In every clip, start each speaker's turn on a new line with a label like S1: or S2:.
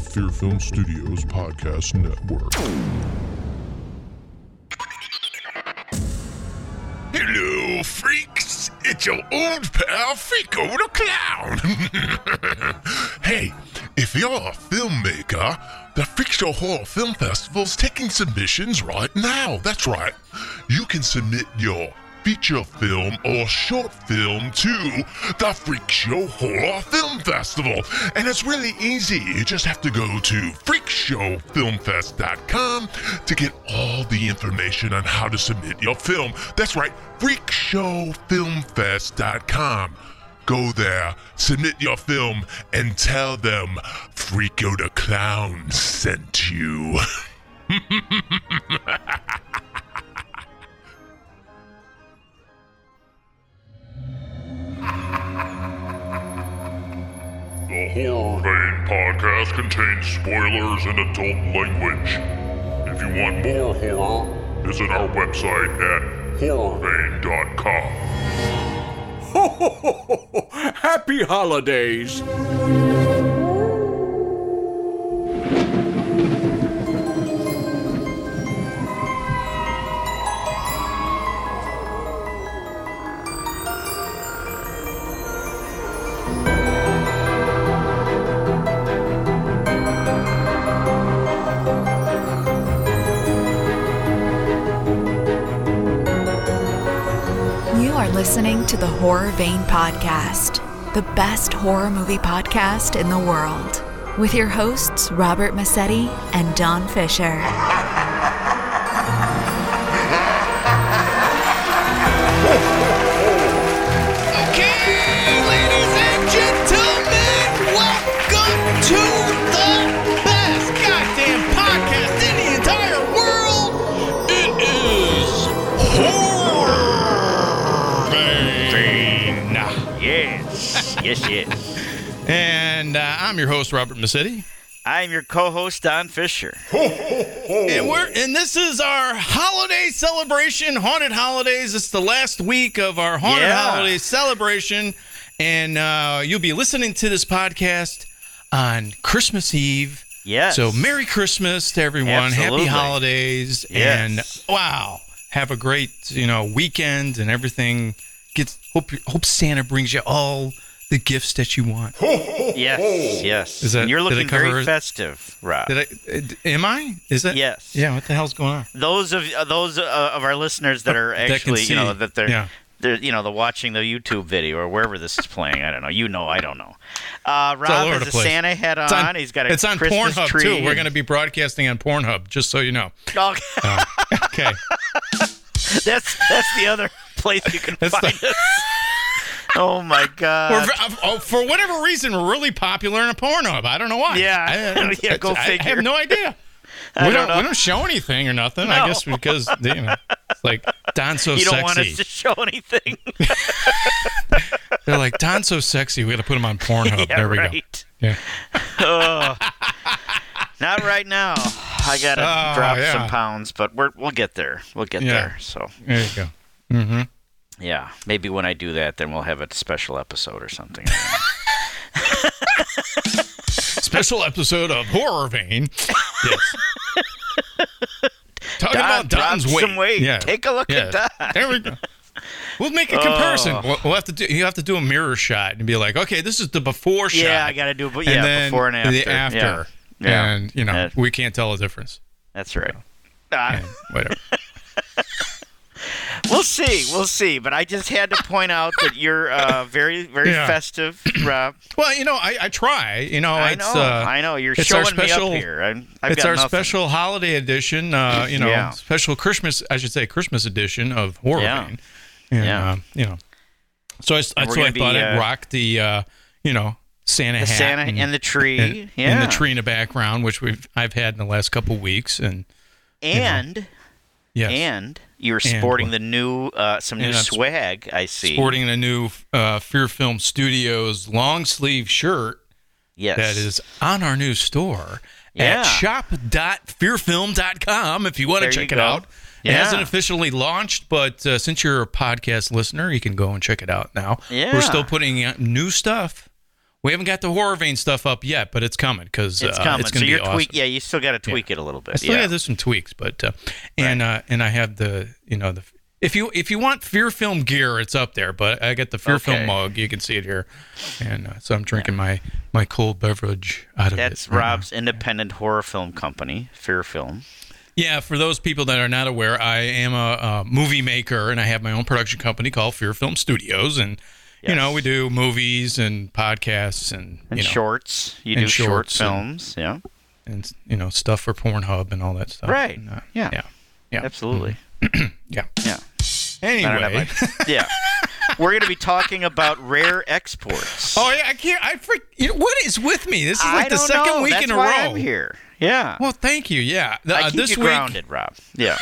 S1: Fear Film Studios Podcast Network.
S2: Hello, freaks! It's your old pal Fico the Clown! hey, if you're a filmmaker, the Freak Show Horror Film Festival's taking submissions right now. That's right. You can submit your feature film or short film to the Freak Show Horror Film Festival. And it's really easy. You just have to go to freakshowfilmfest.com to get all the information on how to submit your film. That's right, freakshowfilmfest.com. Go there, submit your film, and tell them Freako the Clown sent you.
S3: The Horror Vein podcast contains spoilers and adult language. If you want more horror, visit our website at horrorvein.com.
S4: Happy holidays!
S5: You are listening to the Horror Vein Podcast, the best horror movie podcast in the world, with your hosts, Robert Massetti and Don Fisher.
S6: Okay, ladies and gentlemen, welcome to the best goddamn podcast in the entire world. It is Horror Vein.
S7: Yes, yes, yes.
S8: And uh, I'm your host, Robert Massetti.
S7: I'm your co-host Don Fisher.
S8: And, we're, and this is our holiday celebration, Haunted Holidays. It's the last week of our Haunted
S7: Yeah.
S8: Holidays celebration. And uh, you'll be listening to this podcast on Christmas Eve.
S7: Yes.
S8: So Merry Christmas to everyone.
S7: Absolutely.
S8: Happy holidays.
S7: Yes.
S8: And wow, have a great, you know, weekend and everything. Get hope hope Santa brings you all the gifts that you want.
S7: Yes, yes.
S8: Is that-
S7: and you're
S8: did it
S7: looking
S8: cover
S7: very
S8: it?
S7: festive, Rob.
S8: Did I? uh, d- Am I? Is that?
S7: Yes.
S8: Yeah. What the hell's going on?
S7: those of uh, those uh, of our listeners that are
S8: Oh, That can
S7: actually, you know,
S8: see.
S7: that they're
S8: Yeah.
S7: they're you know, the watching the YouTube video or wherever this is playing. I don't know. You know, I don't know. Uh,
S8: It's all
S7: Rob
S8: over
S7: has
S8: the
S7: a
S8: place.
S7: Santa hat on.
S8: It's
S7: He's got a
S8: It's on
S7: Christmas
S8: Pornhub
S7: tree.
S8: too. We're going to be broadcasting on Pornhub, just so you know.
S7: Oh,
S8: Okay.
S7: that's that's the other place you can
S8: That's
S7: find us. Oh my God.
S8: We're, v- oh, for whatever reason, we're really popular in Pornhub. I don't know why.
S7: Yeah.
S8: I, I-
S7: Yeah, go
S8: I- I
S7: figure.
S8: have no idea. We
S7: I
S8: don't,
S7: don't know.
S8: we don't show anything or nothing. I
S7: No.
S8: guess because you know, it's like Don's so
S7: you don't
S8: sexy.
S7: want us to show anything.
S8: They're like Don's so sexy. We got to put him on Pornhub.
S7: yeah,
S8: Oh, there we go.
S7: right.
S8: Yeah.
S7: Not right now. I gotta
S8: Oh,
S7: drop
S8: yeah.
S7: some pounds, but we're, we'll get there. We'll get
S8: Yeah.
S7: there. So
S8: There you go.
S7: yeah, maybe when I do that, then we'll have a special episode or something.
S8: Special episode of Horror Vein. Yes. Talking
S7: Don
S8: about Don's
S7: dropped
S8: weight.
S7: Ah, some weight. Take a look at Don.
S8: There we go. We'll make
S7: Oh.
S8: a comparison. We'll, we'll have to do. You have to do a mirror shot and be like, okay, this is the before shot.
S7: yeah, I gotta do. But
S8: and
S7: yeah,
S8: then
S7: before and after.
S8: The after.
S7: Yeah. Yeah.
S8: And you know,
S7: Yeah.
S8: we can't tell the difference.
S7: that's right. Uh,
S8: And whatever.
S7: we'll see. We'll see. But I just had to point out that you're uh, very, very
S8: Yeah.
S7: festive, Rob.
S8: well, you know, I, I try. You know,
S7: I
S8: it's
S7: know.
S8: uh,
S7: I know. You're
S8: it's
S7: showing
S8: our special,
S7: me up here. I'm, I've
S8: it's
S7: got
S8: our
S7: nothing.
S8: special holiday edition. Uh, you know,
S7: Yeah.
S8: special Christmas. I should say Christmas edition of Horror
S7: Yeah.
S8: Vein. And,
S7: Yeah.
S8: uh, you know. So I, so I
S7: And we're gonna
S8: thought
S7: be,
S8: I'd
S7: uh,
S8: rock the uh, you know Santa
S7: The
S8: hat
S7: Santa and the tree.
S8: and, and
S7: yeah.
S8: the tree in the background, which we've I've had in the last couple weeks, and
S7: And.
S8: yes,
S7: And you're
S8: And
S7: sporting
S8: what?
S7: the new uh, some new
S8: And I'm sp-
S7: swag. I see.
S8: sporting a new uh, Fear Film Studios long sleeve shirt
S7: yes.
S8: that is on our new store
S7: Yeah.
S8: at shop.fearfilm.com if you want
S7: There
S8: to
S7: you
S8: check it
S7: go.
S8: out. It hasn't
S7: Yeah.
S8: officially launched, but uh, since you're a podcast listener, you can go and check it out now.
S7: Yeah.
S8: We're still putting out new uh, stuff. We haven't got the horror vein stuff up yet, but it's coming because
S7: It's
S8: uh,
S7: coming.
S8: it's
S7: so
S8: going to
S7: you're
S8: be awesome.
S7: tweak. Yeah, you still got to tweak it a little bit.
S8: I still
S7: yeah.
S8: have there's some tweaks, but uh, and uh, and I have the you know the if you if you want fear film gear, it's up there. But I got the fear
S7: Okay.
S8: film mug. You can see it here, and uh, so I'm drinking my my cold beverage out of
S7: That's
S8: it. right now.
S7: Rob's independent horror film company, Fear Film.
S8: Yeah, for those people that are not aware, I am a, a movie maker and I have my own production company called Fear Film Studios, and you
S7: Yes.
S8: know we do movies and podcasts and,
S7: And
S8: you know,
S7: shorts. You
S8: and
S7: do short
S8: shorts and-
S7: films. yeah.
S8: and you know stuff for Pornhub and all that stuff.
S7: Right.
S8: And, uh,
S7: Yeah.
S8: Yeah. Yeah.
S7: Absolutely.
S8: Yeah.
S7: Yeah. I don't have
S8: Anyway.
S7: my- yeah. We're going to be talking about rare exports.
S8: Oh yeah, I can't. I freak. You know, what is with me? This is
S7: I
S8: like the
S7: don't
S8: second
S7: know.
S8: week
S7: That's
S8: in a
S7: why
S8: row.
S7: I'm here. Yeah.
S8: Well, thank you. Yeah, The-
S7: I
S8: uh,
S7: keep
S8: this
S7: you
S8: week
S7: grounded, Rob. Yeah.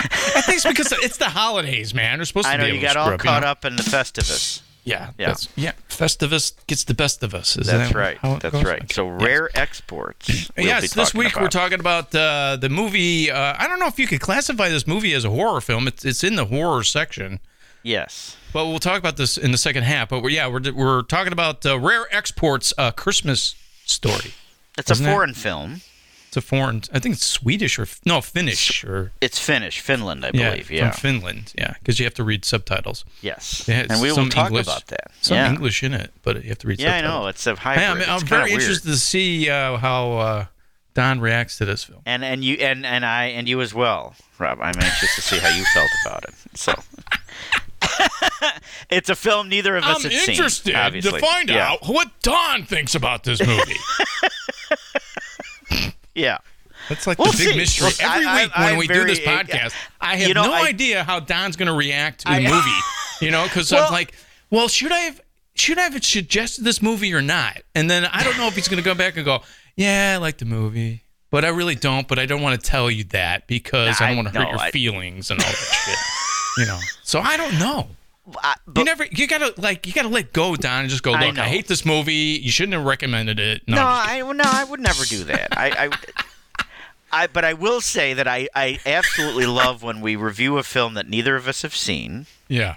S8: I think it's because it's the holidays, man. We're supposed
S7: I
S8: to
S7: know
S8: be
S7: you
S8: able
S7: got
S8: to
S7: all
S8: screw you
S7: caught
S8: know?
S7: up in the Festivus.
S8: Yeah,
S7: Yeah.
S8: that's- yeah. Festivus gets the best of us. Is
S7: That's
S8: that
S7: right.
S8: how it
S7: That's
S8: goes?
S7: right. So
S8: Yes.
S7: rare exports. we'll be
S8: yes, this
S7: talking
S8: week we're
S7: about.
S8: talking about uh, the movie. Uh, I don't know if you could classify this movie as a horror film. It's it's in the horror section,
S7: Yes.
S8: but we'll talk about this in the second half. But we're, yeah, we're we're talking about uh, rare exports. Uh, Christmas story.
S7: It's a
S8: Isn't it?
S7: foreign film.
S8: It's a foreign. I think it's Swedish or no Finnish or
S7: It's Finnish, Finland, I believe. Yeah.
S8: from Finland. Yeah, because you have to read subtitles.
S7: yes.
S8: It has
S7: and we will
S8: some
S7: talk
S8: English-
S7: about that.
S8: Some
S7: yeah.
S8: English in it, but you have to read.
S7: Yeah, I
S8: subtitles.
S7: know. It's a hybrid.
S8: Yeah, I mean,
S7: It's
S8: I'm
S7: kinda
S8: very
S7: weird.
S8: interested to see uh, how uh, Don reacts to this film.
S7: And and you and and I and you as well, Rob. I'm anxious to see how you felt about it. So. it's a film neither of us
S8: I'm
S7: had
S8: interested
S7: seen, obviously.
S8: to find
S7: yeah.
S8: out what Don thinks about this movie.
S7: Yeah.
S8: That's like
S7: We'll
S8: the big
S7: see.
S8: mystery.
S7: Well,
S8: Every
S7: I-
S8: week
S7: I-
S8: when
S7: I'm
S8: we do
S7: very- uh,
S8: this podcast, I have
S7: you know,
S8: no
S7: I-
S8: idea how Don's going to react to the
S7: I-
S8: movie. You know, because
S7: Well-
S8: I'm like, well, should I have should I have suggested this movie or not? And then I don't know if he's going to go back and go, yeah, I like the movie, but I really don't. But I don't want to tell you that because I
S7: I-
S8: don't want to
S7: no,
S8: hurt your
S7: I-
S8: feelings and all that shit. You know, so I don't know.
S7: I,
S8: You
S7: but
S8: never, you gotta like, you gotta let go, Don, and just go.
S7: I
S8: Look,
S7: know.
S8: I, hate this movie. You shouldn't have recommended it. No,
S7: No,
S8: I'm just
S7: I no, I would never do that. I, I, I, but I will say that I, I absolutely love when we review a film that neither of us have seen
S8: kidding. yeah,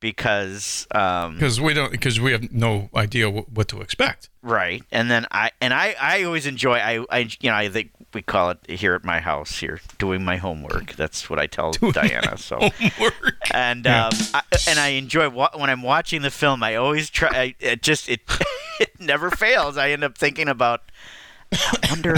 S7: because, um,
S8: because we don't, because we have no idea wh- what to expect.
S7: right? And then I and I, I always enjoy. I, I, you know, I think we call it here at my house here doing my homework. That's what I tell Diana. So.
S8: Homework.
S7: and
S8: Yeah.
S7: um, I, and I enjoy wa- when I'm watching the film. I always try. I, it just it it never fails. I end up thinking about. I wonder.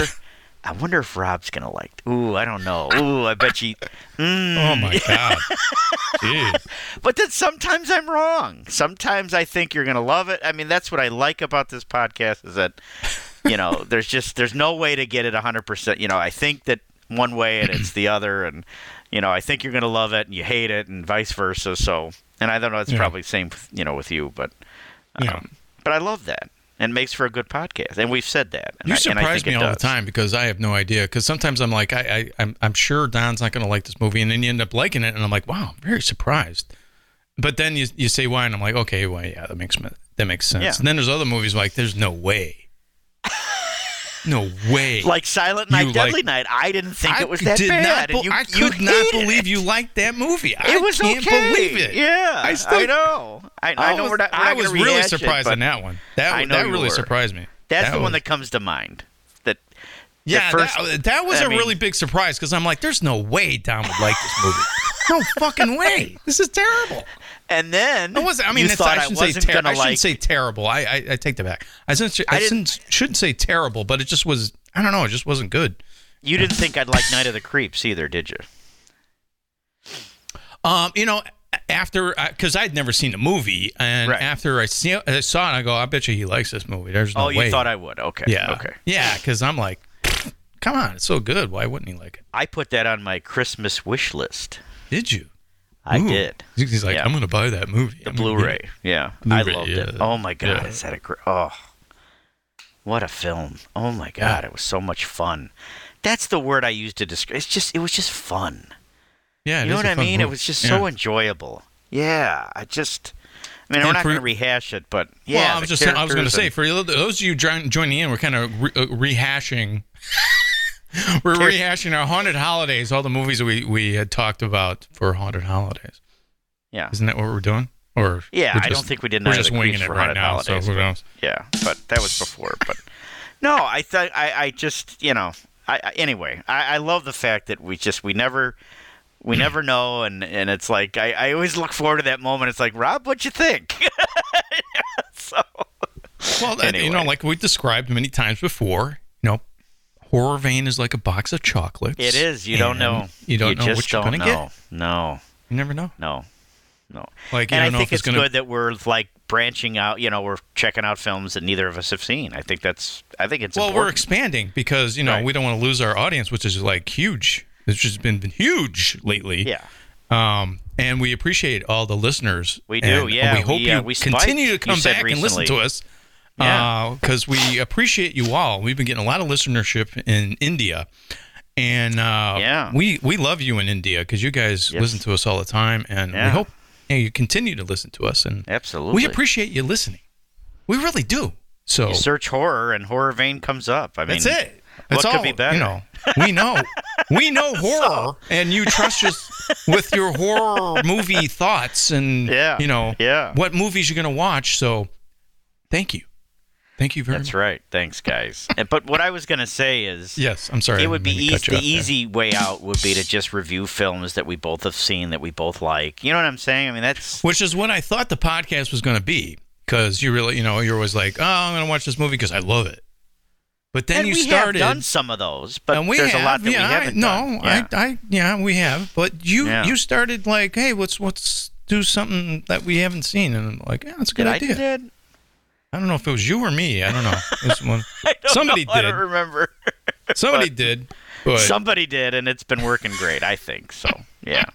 S7: I wonder if Rob's gonna like. Ooh, I don't know. Ooh, I bet she.
S8: Oh my god. Jeez.
S7: But then sometimes I'm wrong. Sometimes I think you're gonna love it. I mean, that's what I like about this podcast is that, you know, there's just there's no way to get it 100. percent You know, I think that one way and it's the other, and you know, I think you're gonna love it and you hate it, and vice versa. So, and I don't know. It's
S8: Yeah.
S7: probably same, with, you know, with you, but um,
S8: Yeah.
S7: but I love that. And it makes for a good podcast, and we've said that. And
S8: you
S7: I, and I
S8: surprise
S7: think
S8: me
S7: it
S8: all
S7: does.
S8: the time because I have no idea. Because sometimes I'm like, I, I I'm, I'm sure Don's not going to like this movie, and then you end up liking it, and I'm like, wow, I'm very surprised. But then you you say why, and I'm like, okay, well, yeah, that makes me- that makes sense.
S7: Yeah.
S8: And then there's other movies like, there's no way, no way,
S7: Like Silent Night,
S8: You
S7: Deadly
S8: like-
S7: Night, I didn't think
S8: I
S7: it was that
S8: did
S7: bad.
S8: Not,
S7: and
S8: be-
S7: you,
S8: I
S7: you
S8: could not
S7: hated it.
S8: believe you liked that movie. I
S7: It was
S8: can't
S7: okay.
S8: believe it.
S7: Yeah, I,
S8: I still-
S7: know. I, I, know
S8: was,
S7: we're not. We're
S8: I
S7: not
S8: was
S7: gonna
S8: really
S7: rehash it,
S8: surprised
S7: but
S8: on that one. That
S7: I know
S8: that
S7: you
S8: really
S7: were.
S8: surprised me.
S7: That's the
S8: was-
S7: one that comes to mind. That the
S8: Yeah,
S7: first-
S8: that, uh, that was
S7: I
S8: a
S7: mean-
S8: really big surprise because I'm like, there's no way Don would like this movie. no fucking way. This is terrible.
S7: and then
S8: I was. I
S7: you
S8: mean, it's,
S7: thought
S8: I shouldn't say
S7: wasn't
S8: terrible.
S7: gonna
S8: I shouldn't
S7: like.
S8: say terrible. I, I I take that back. I shouldn't. I,
S7: I didn't-
S8: shouldn't, shouldn't say terrible, but it just was. I don't know. It just wasn't good.
S7: you didn't think I'd like Night of the Creeps either, did you?
S8: Um, you know, a- after because I'd never seen the movie, and
S7: Right.
S8: after I, see, I saw it, I go, I bet you he likes this movie. There's no
S7: oh,
S8: way.
S7: you thought I would. Okay.
S8: Yeah.
S7: Okay.
S8: Yeah, because I'm like, come on, it's so good. Why wouldn't he like it?
S7: I put that on my Christmas wish list.
S8: Did you?
S7: I
S8: Ooh.
S7: did.
S8: He's like,
S7: Yeah.
S8: I'm gonna buy that movie.
S7: The
S8: I'm gonna get
S7: Blu-ray.
S8: it."
S7: Yeah,
S8: Blu-ray,
S7: I loved it.
S8: yeah.
S7: Oh my god,
S8: Yeah.
S7: is that a great? Oh, what a film! Oh my god, it was so much fun. That's the word I used to describe. It's just, it was just fun.
S8: Yeah, it
S7: you know
S8: is
S7: what
S8: a
S7: I
S8: fun
S7: mean? It
S8: movie.
S7: was just
S8: Yeah.
S7: so enjoyable. Yeah, I just. I mean, we're
S8: And
S7: not
S8: for-
S7: going to rehash it, but yeah.
S8: well, I
S7: the
S8: was just I was going to
S7: characters
S8: say
S7: and-
S8: for those of you join, joining in, we're kind of re- uh, rehashing. we're rehashing our haunted holidays, all the movies that we we had talked about for haunted holidays.
S7: yeah.
S8: Isn't that what we're doing? Or
S7: Yeah,
S8: we're
S7: I don't
S8: just-
S7: think we did Night
S8: We're
S7: of
S8: just
S7: the
S8: winging
S7: Creeps
S8: it
S7: for
S8: right
S7: Haunted
S8: now.
S7: Holidays,
S8: so who
S7: but-
S8: knows?
S7: Yeah, but that was before. But no, I thought I, I just you know I, I anyway I, I love the fact that we just we never we never know and and it's like I, I always look forward to that moment. It's like Rob, what you think?
S8: Well, that- you know,
S7: Anyway.
S8: like we described many times before, you know, horror vein is like a box of chocolates.
S7: it is. You don't
S8: and
S7: know.
S8: You don't know
S7: just
S8: what you're
S7: don't
S8: going to
S7: know.
S8: get.
S7: No,
S8: You never know.
S7: no, no.
S8: Like you
S7: and
S8: don't
S7: I
S8: know
S7: think
S8: if it's,
S7: it's
S8: going
S7: good that we're like branching out. You know, we're checking out films that neither of us have seen. I think that's. I think it's.
S8: Well, we're
S7: important.
S8: expanding because you know
S7: Right.
S8: we don't want to lose our audience, which is like huge. It's just been huge lately.
S7: yeah.
S8: Um, and we appreciate all the listeners.
S7: We do,
S8: and
S7: yeah,
S8: We hope
S7: we, uh,
S8: you
S7: we spiked,
S8: continue to
S7: you
S8: come
S7: said
S8: back and listen
S7: recently.
S8: to us.
S7: Yeah.
S8: Because we appreciate you all. We've been getting a lot of listenership in India. And uh,
S7: Yeah.
S8: we, we love you in India because you guys
S7: Yes.
S8: listen to us all the time. And
S7: Yeah.
S8: we hope you, know, you continue to listen to us. And
S7: Absolutely.
S8: we appreciate you listening. We really do. So
S7: You search horror and horror vein comes up. I mean,
S8: Oh. that's it. That's
S7: what
S8: all.
S7: could be better?
S8: You know, we know, we know horror, and you trust us with your horror movie thoughts and
S7: Yeah,
S8: you know,
S7: yeah.
S8: what movies you're gonna watch. So, thank you, thank you very
S7: That's
S8: much.
S7: right. Thanks, guys. And- but what I was gonna say is,
S8: Yes, I'm sorry. I
S7: it would be
S8: didn't mean to cut
S7: easy.
S8: you
S7: The
S8: off there.
S7: easy way out would be to just review films that we both have seen that we both like. You know what I'm saying? I mean, that's
S8: which is what I thought the podcast was gonna be, because you really, you know, you're always like, oh, I'm gonna watch this movie because I love it. But then
S7: and
S8: you
S7: we
S8: started,
S7: have done some of those, but
S8: and we
S7: there's
S8: have,
S7: a lot that
S8: yeah,
S7: we haven't
S8: I,
S7: done.
S8: No,
S7: yeah.
S8: I, I, yeah, we have. But you,
S7: Yeah.
S8: you started like, hey, let's let's do something that we haven't seen, and I'm like, yeah, that's a good
S7: did I
S8: idea.
S7: do that?
S8: I don't know if it was you or me. I don't know. It was one-
S7: Don't
S8: somebody
S7: know. I
S8: did.
S7: don't remember.
S8: Somebody did. But
S7: Somebody did, and it's been working great. I think so. Yeah,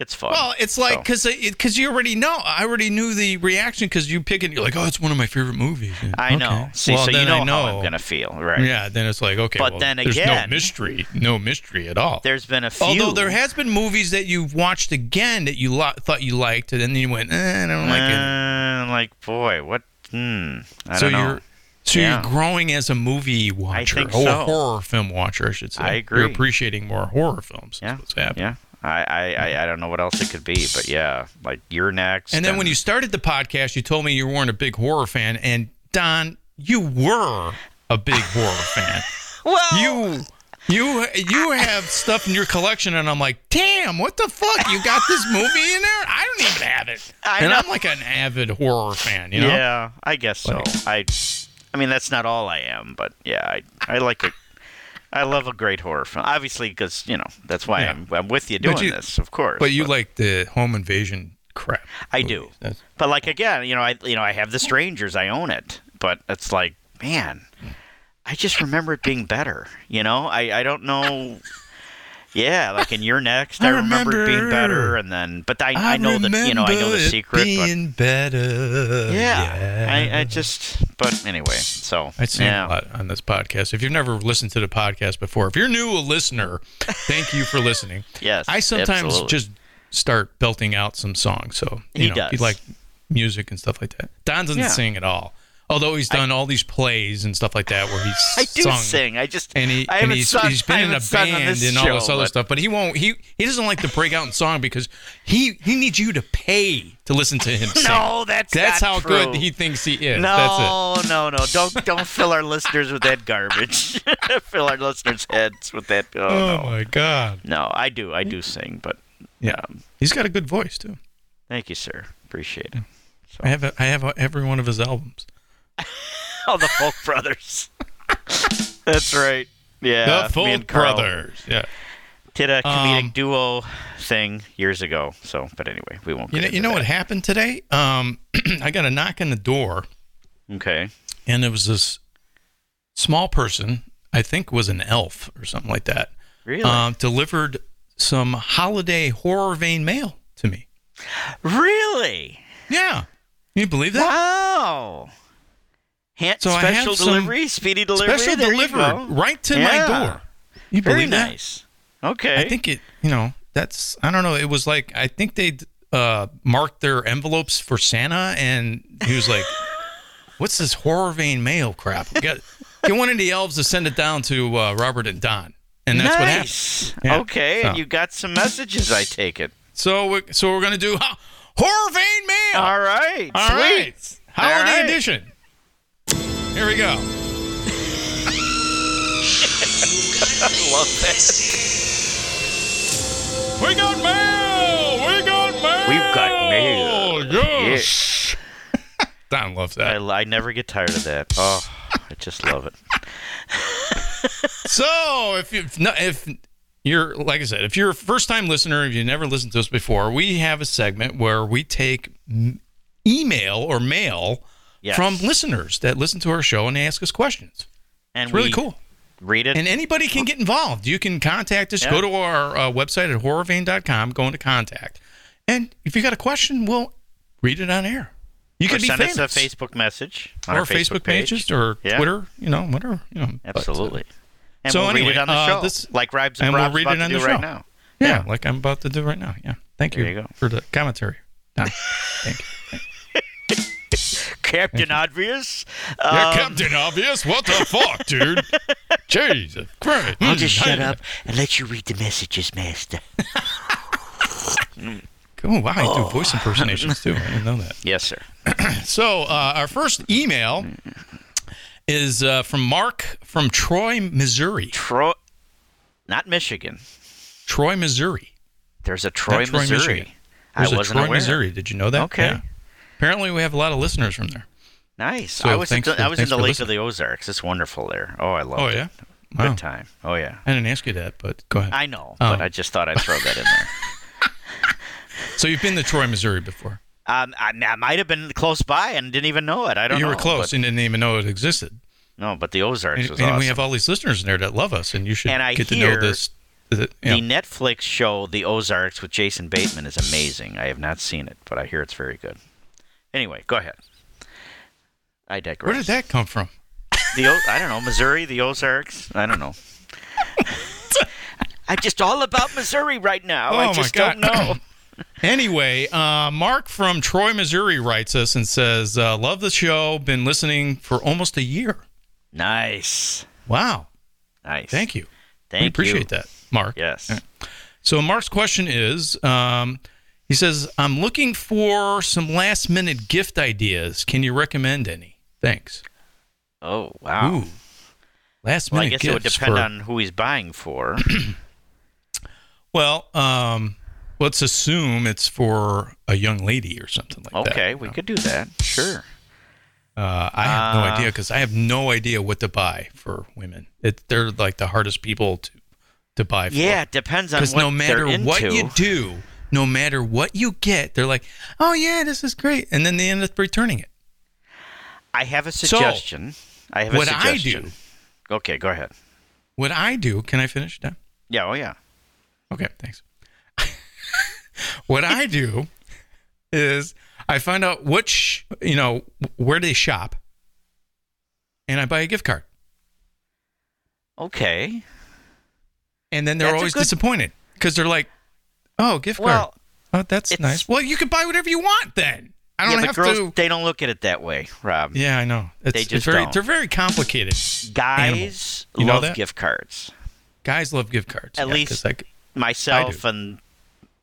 S7: it's fun.
S8: well, it's like
S7: So.
S8: because because you already know. I already knew the reaction because you pick it. You're like, oh, it's one of my favorite movies. And,
S7: I know.
S8: okay.
S7: See,
S8: Well,
S7: so you
S8: then
S7: know,
S8: I know
S7: how I'm gonna feel, right?
S8: Yeah. Then it's like okay.
S7: But
S8: well,
S7: then
S8: there's
S7: again-
S8: no mystery. No mystery at all.
S7: There's been a few.
S8: Although there has been movies that you've watched again that you lo- thought you liked, and then you went, eh, I don't like it.
S7: Uh, like, boy, what? Hmm. I
S8: so
S7: don't know.
S8: you're so
S7: Yeah.
S8: you're growing as a movie watcher
S7: think
S8: or
S7: so.
S8: horror film watcher, I should say.
S7: I agree.
S8: You're appreciating more horror films. is
S7: yeah.
S8: what's happening.
S7: Yeah. I, I, I- I don't know what else it could be, but yeah, like you're next.
S8: And then when you started the podcast, you told me you weren't a big horror fan, and Don, you were a big horror fan.
S7: well,
S8: You. You you have stuff in your collection, and I'm like, damn, what the fuck? You got this movie in there? I don't even have it,
S7: I
S8: and
S7: know.
S8: I'm like an avid horror fan, you know.
S7: yeah, I guess so. I, I mean, that's not all I am, but yeah, I, I like it. I love a great horror film, obviously, because you know that's why
S8: Yeah.
S7: I'm, I'm with you
S8: But
S7: doing
S8: you-
S7: this, of course.
S8: But you like the home invasion crap.
S7: I
S8: movies.
S7: do.
S8: That's-
S7: But like again, you know, I you know, I have the strangers, I own it. But it's like, man, I just remember it being better. You know, I I don't know. Yeah, like in your next, I,
S8: I
S7: remember, it being
S8: remember.
S7: better, and then, but I I, know that you know I know the
S8: remember it
S7: secret.
S8: Being better.
S7: but, yeah, I I just but anyway, so
S8: I say
S7: yeah.
S8: a lot on this podcast. If you've never listened to the podcast before, if you're new a listener, thank you for listening.
S7: Yes,
S8: I sometimes
S7: absolutely.
S8: just start belting out some songs. So you
S7: He
S8: know,
S7: does.
S8: if you like music and stuff like that. Don doesn't
S7: Yeah.
S8: sing at all. Although he's done all these plays and stuff like that where he's
S7: I do
S8: sung.
S7: sing. I just
S8: And he
S7: I
S8: and
S7: haven't
S8: he's,
S7: sung-
S8: he's
S7: I
S8: been in a
S7: haven't sung on
S8: band
S7: this
S8: and all this
S7: show,
S8: other
S7: but-
S8: stuff, but he won't he he doesn't like to break out in song because he he needs you to pay to listen to him sing.
S7: No, that's
S8: That's
S7: not
S8: how
S7: true.
S8: good he thinks he is. That's it.
S7: No, no, no! Don't don't fill our listeners with that garbage. fill our listeners' heads with that. Oh,
S8: Oh,
S7: no.
S8: my god.
S7: no, I do, I do sing, but
S8: Yeah. He's got a good voice too.
S7: Thank you, sir. Appreciate it.
S8: I have a, I have a, every one of his albums.
S7: Oh, the Folk Brothers. That's right. Yeah,
S8: the Full
S7: me and Carl
S8: Brothers. Yeah.
S7: did a comedic
S8: Um,
S7: duo thing years ago. So, but anyway, we won't. get
S8: You know, you
S7: into
S8: know what
S7: that.
S8: happened today? Um I got a knock on the door
S7: Okay.
S8: and it was this small person, I think was an elf or something like that.
S7: Really?
S8: Um delivered some holiday horror vein mail to me.
S7: really?
S8: Yeah. Can you believe that?
S7: Wow. Hand,
S8: So I have
S7: special
S8: some
S7: delivery, speedy delivery.
S8: Special
S7: there you
S8: delivered
S7: go.
S8: right to
S7: Yeah.
S8: my door. You
S7: Very
S8: believe that?
S7: nice. Okay.
S8: I think it, you know, that's, I don't know. It was like, I think they uh, marked their envelopes for Santa, and he was like, what's this horror vein mail crap? We got, get one of the elves to send it down to uh, Robert and Don. And that's what happened.
S7: nice.
S8: Yeah,
S7: Okay,
S8: so.
S7: and you got some messages. I take it.
S8: So, we're, so we're going to do ho- Horror Vein Mail.
S7: All right.
S8: All
S7: sweet.
S8: right. Holiday
S7: All right.
S8: edition. Here we go. We got mail. We got mail.
S7: We've got mail.
S8: Yes. Don loves
S7: I,
S8: that.
S7: I never get tired of that. Oh, I just love it.
S8: So if you if, no, if you're like I said, if you're a first time listener, if you never listened to us before, we have a segment where we take m- email or mail
S7: Yes.
S8: from listeners that listen to our show and they ask us questions.
S7: And
S8: It's really
S7: we
S8: cool.
S7: Read it.
S8: And anybody can get involved. You can contact us.
S7: Yeah.
S8: Go to our uh, website at horrorvein.com, go into contact. And if you got a question, we'll read it on air. You
S7: or
S8: could be
S7: send
S8: famous.
S7: us a Facebook message on
S8: or
S7: our Facebook, page.
S8: pages or
S7: Yeah.
S8: Twitter, you know, whatever. You know, but, uh,
S7: Absolutely. And
S8: So
S7: we'll read
S8: anyway,
S7: it on the
S8: uh,
S7: show,
S8: this-
S7: like Ribes and,
S8: and we'll
S7: Rob's
S8: read
S7: about
S8: it on
S7: to do
S8: the
S7: right
S8: show.
S7: now.
S8: yeah, like I'm about to do right now. Yeah. Thank you,
S7: There you go.
S8: for the commentary. Don. Thank you.
S7: Captain Obvious.
S8: Yeah,
S7: Um,
S8: Captain Obvious. What the fuck, dude? Jesus Christ.
S9: I'll just shut up and let you read the messages, Master.
S8: Oh, wow. You do voice impersonations, too. I didn't know that.
S7: Yes, sir.
S8: So uh, our first email is uh, from Mark from Troy, Missouri.
S7: Troy, not Michigan.
S8: Troy, Missouri.
S7: There's a Troy,
S8: Troy,
S7: Missouri.
S8: Michigan.
S7: I
S8: There's a
S7: wasn't
S8: Troy,
S7: aware.
S8: Missouri. Did you know that?
S7: Okay.
S8: Apparently, we have a lot of listeners from there.
S7: Nice.
S8: So
S7: I was in
S8: thanks
S7: the,
S8: for-
S7: I was in
S8: thanks
S7: the
S8: for
S7: Lake
S8: listening.
S7: of the Ozarks. It's wonderful there. Oh, I love
S8: Oh
S7: it.
S8: yeah.
S7: Good
S8: Wow.
S7: time. Oh yeah.
S8: I didn't ask you that, but go ahead.
S7: I know,
S8: Oh.
S7: but I just thought I'd throw that in there.
S8: So you've been to Troy, Missouri before.
S7: Um, I, I might have been close by and didn't even know it. I don't
S8: you
S7: know.
S8: were close
S7: but-
S8: and didn't even know it existed.
S7: no, but the Ozarks
S8: And,
S7: was
S8: and
S7: awesome.
S8: we have all these listeners in there that love us, and you should
S7: And I
S8: get to
S7: hear
S8: know this. The, yeah.
S7: The Netflix show The Ozarks with Jason Bateman is amazing. I have not seen it, but I hear it's very good. Anyway, go ahead. I digress.
S8: Where did that come from?
S7: The o- I don't know Missouri, the Ozarks. I don't know. I'm just all about Missouri right now.
S8: Oh, my
S7: I just don't
S8: God.
S7: know.
S8: Anyway, uh, Mark from Troy, Missouri writes us and says, uh, Love the show. Been listening for almost a year.
S7: nice,
S8: Wow.
S7: nice.
S8: Thank you.
S7: Thank
S8: we
S7: you.
S8: appreciate that, Mark.
S7: Yes.
S8: So, Mark's question is um, he says, I'm looking for some last minute gift ideas. Can you recommend any? Thanks.
S7: Oh wow.
S8: Ooh. Last
S7: Well,
S8: minute
S7: I guess
S8: gifts
S7: it would depend
S8: for-
S7: on who he's buying for.
S8: Well, um, let's assume it's for a young lady or something like that.
S7: Okay, we could do that. Sure.
S8: Uh, I have
S7: Ah.
S8: no idea because I have no idea what to buy for women. It, they're like the hardest people to to buy for.
S7: Yeah, it depends on what
S8: because no matter
S7: they're
S8: what
S7: into.
S8: you do, no matter what you get, they're like, "Oh yeah, this is great," and then they end up returning it.
S7: I have a
S8: So,
S7: suggestion. I have a
S8: what I
S7: suggestion.
S8: do-
S7: Okay, go ahead.
S8: What I do? Can I finish? Don?
S7: Yeah, oh yeah.
S8: Okay, thanks. what I do is I find out which you know where they shop, and I buy a gift card,
S7: Okay.
S8: and then they're
S7: That's a
S8: always
S7: good-
S8: disappointed because they're like, "Oh, gift card."
S7: Well,
S8: Oh, that's
S7: It's-
S8: nice. Well, you can buy whatever you want then. I don't
S7: yeah,
S8: have
S7: but girls
S8: to.
S7: they don't look at it that way, Rob.
S8: yeah, I know. It's,
S7: they
S8: it's
S7: just
S8: very,
S7: don't.
S8: They're very complicated.
S7: Guys
S8: You know
S7: love
S8: that?
S7: gift cards.
S8: Guys love gift cards.
S7: At
S8: yeah, 'cause
S7: least
S8: I, c-
S7: Myself and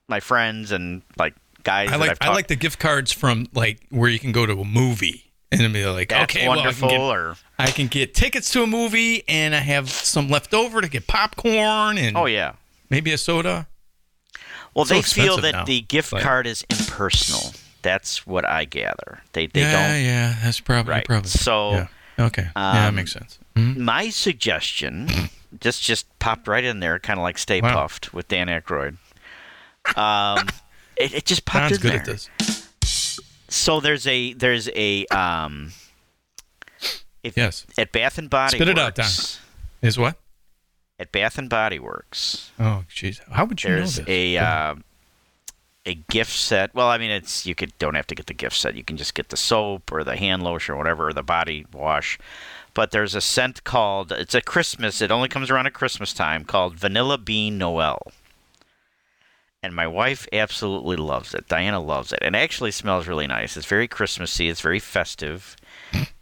S7: my friends and like guys
S8: I
S7: that I've
S8: like I
S7: talked
S8: like the gift cards from like where you can go to a movie and it'll be like,
S7: That's
S8: okay,
S7: wonderful
S8: well, I can,
S7: or
S8: get, I can get tickets to a movie and I have some left over to get popcorn and
S7: Oh yeah.
S8: maybe a soda.
S7: Well,
S8: So
S7: they feel
S8: expensive
S7: that
S8: now,
S7: the gift
S8: but-
S7: card is impersonal. That's what I gather. They they
S8: yeah,
S7: don't
S8: yeah, that's probably
S7: Right.
S8: probably
S7: So,
S8: yeah. okay, yeah, that
S7: um,
S8: makes sense. Mhm.
S7: My suggestion just just popped right in there, kind of like Stay
S8: Wow.
S7: Puffed with Dan Aykroyd. Um, it, it just popped
S8: Don's
S7: in
S8: good
S7: there.
S8: at this.
S7: So there's a there's a um, if,
S8: Yes.
S7: at Bath and Body
S8: Spit it out,
S7: Works.
S8: Don. Is what?
S7: At Bath and Body Works,
S8: Oh, jeez, how would you
S7: there's
S8: know this?
S7: a
S8: Don?
S7: uh, a gift set. Well, I mean, it's you could don't have to get the gift set. You can just get the soap or the hand lotion or whatever, or the body wash. But there's a scent called it's a Christmas. It only comes around at Christmas time called Vanilla Bean Noel. And my wife absolutely loves it. Diana loves it, and it actually smells really nice. It's very Christmassy. It's very festive,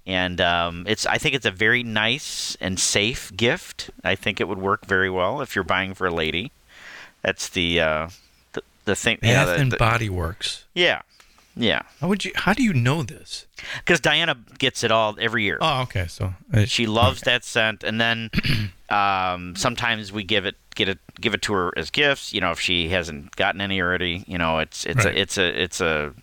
S7: and um, it's. I think it's a very nice and safe gift. I think it would work very well if you're buying for a lady. That's the uh, the, the thing. you know,
S8: Bath
S7: the-
S8: and
S7: the-
S8: Body Works.
S7: yeah. Yeah,
S8: How would you? How do you know this?
S7: because Diana gets it all every year.
S8: Oh, okay. So uh,
S7: She loves that scent, and then um, sometimes we give it get it give it to her as gifts. You know, if she hasn't gotten any already, you know, it's it's
S8: Right.
S7: a it's a it's a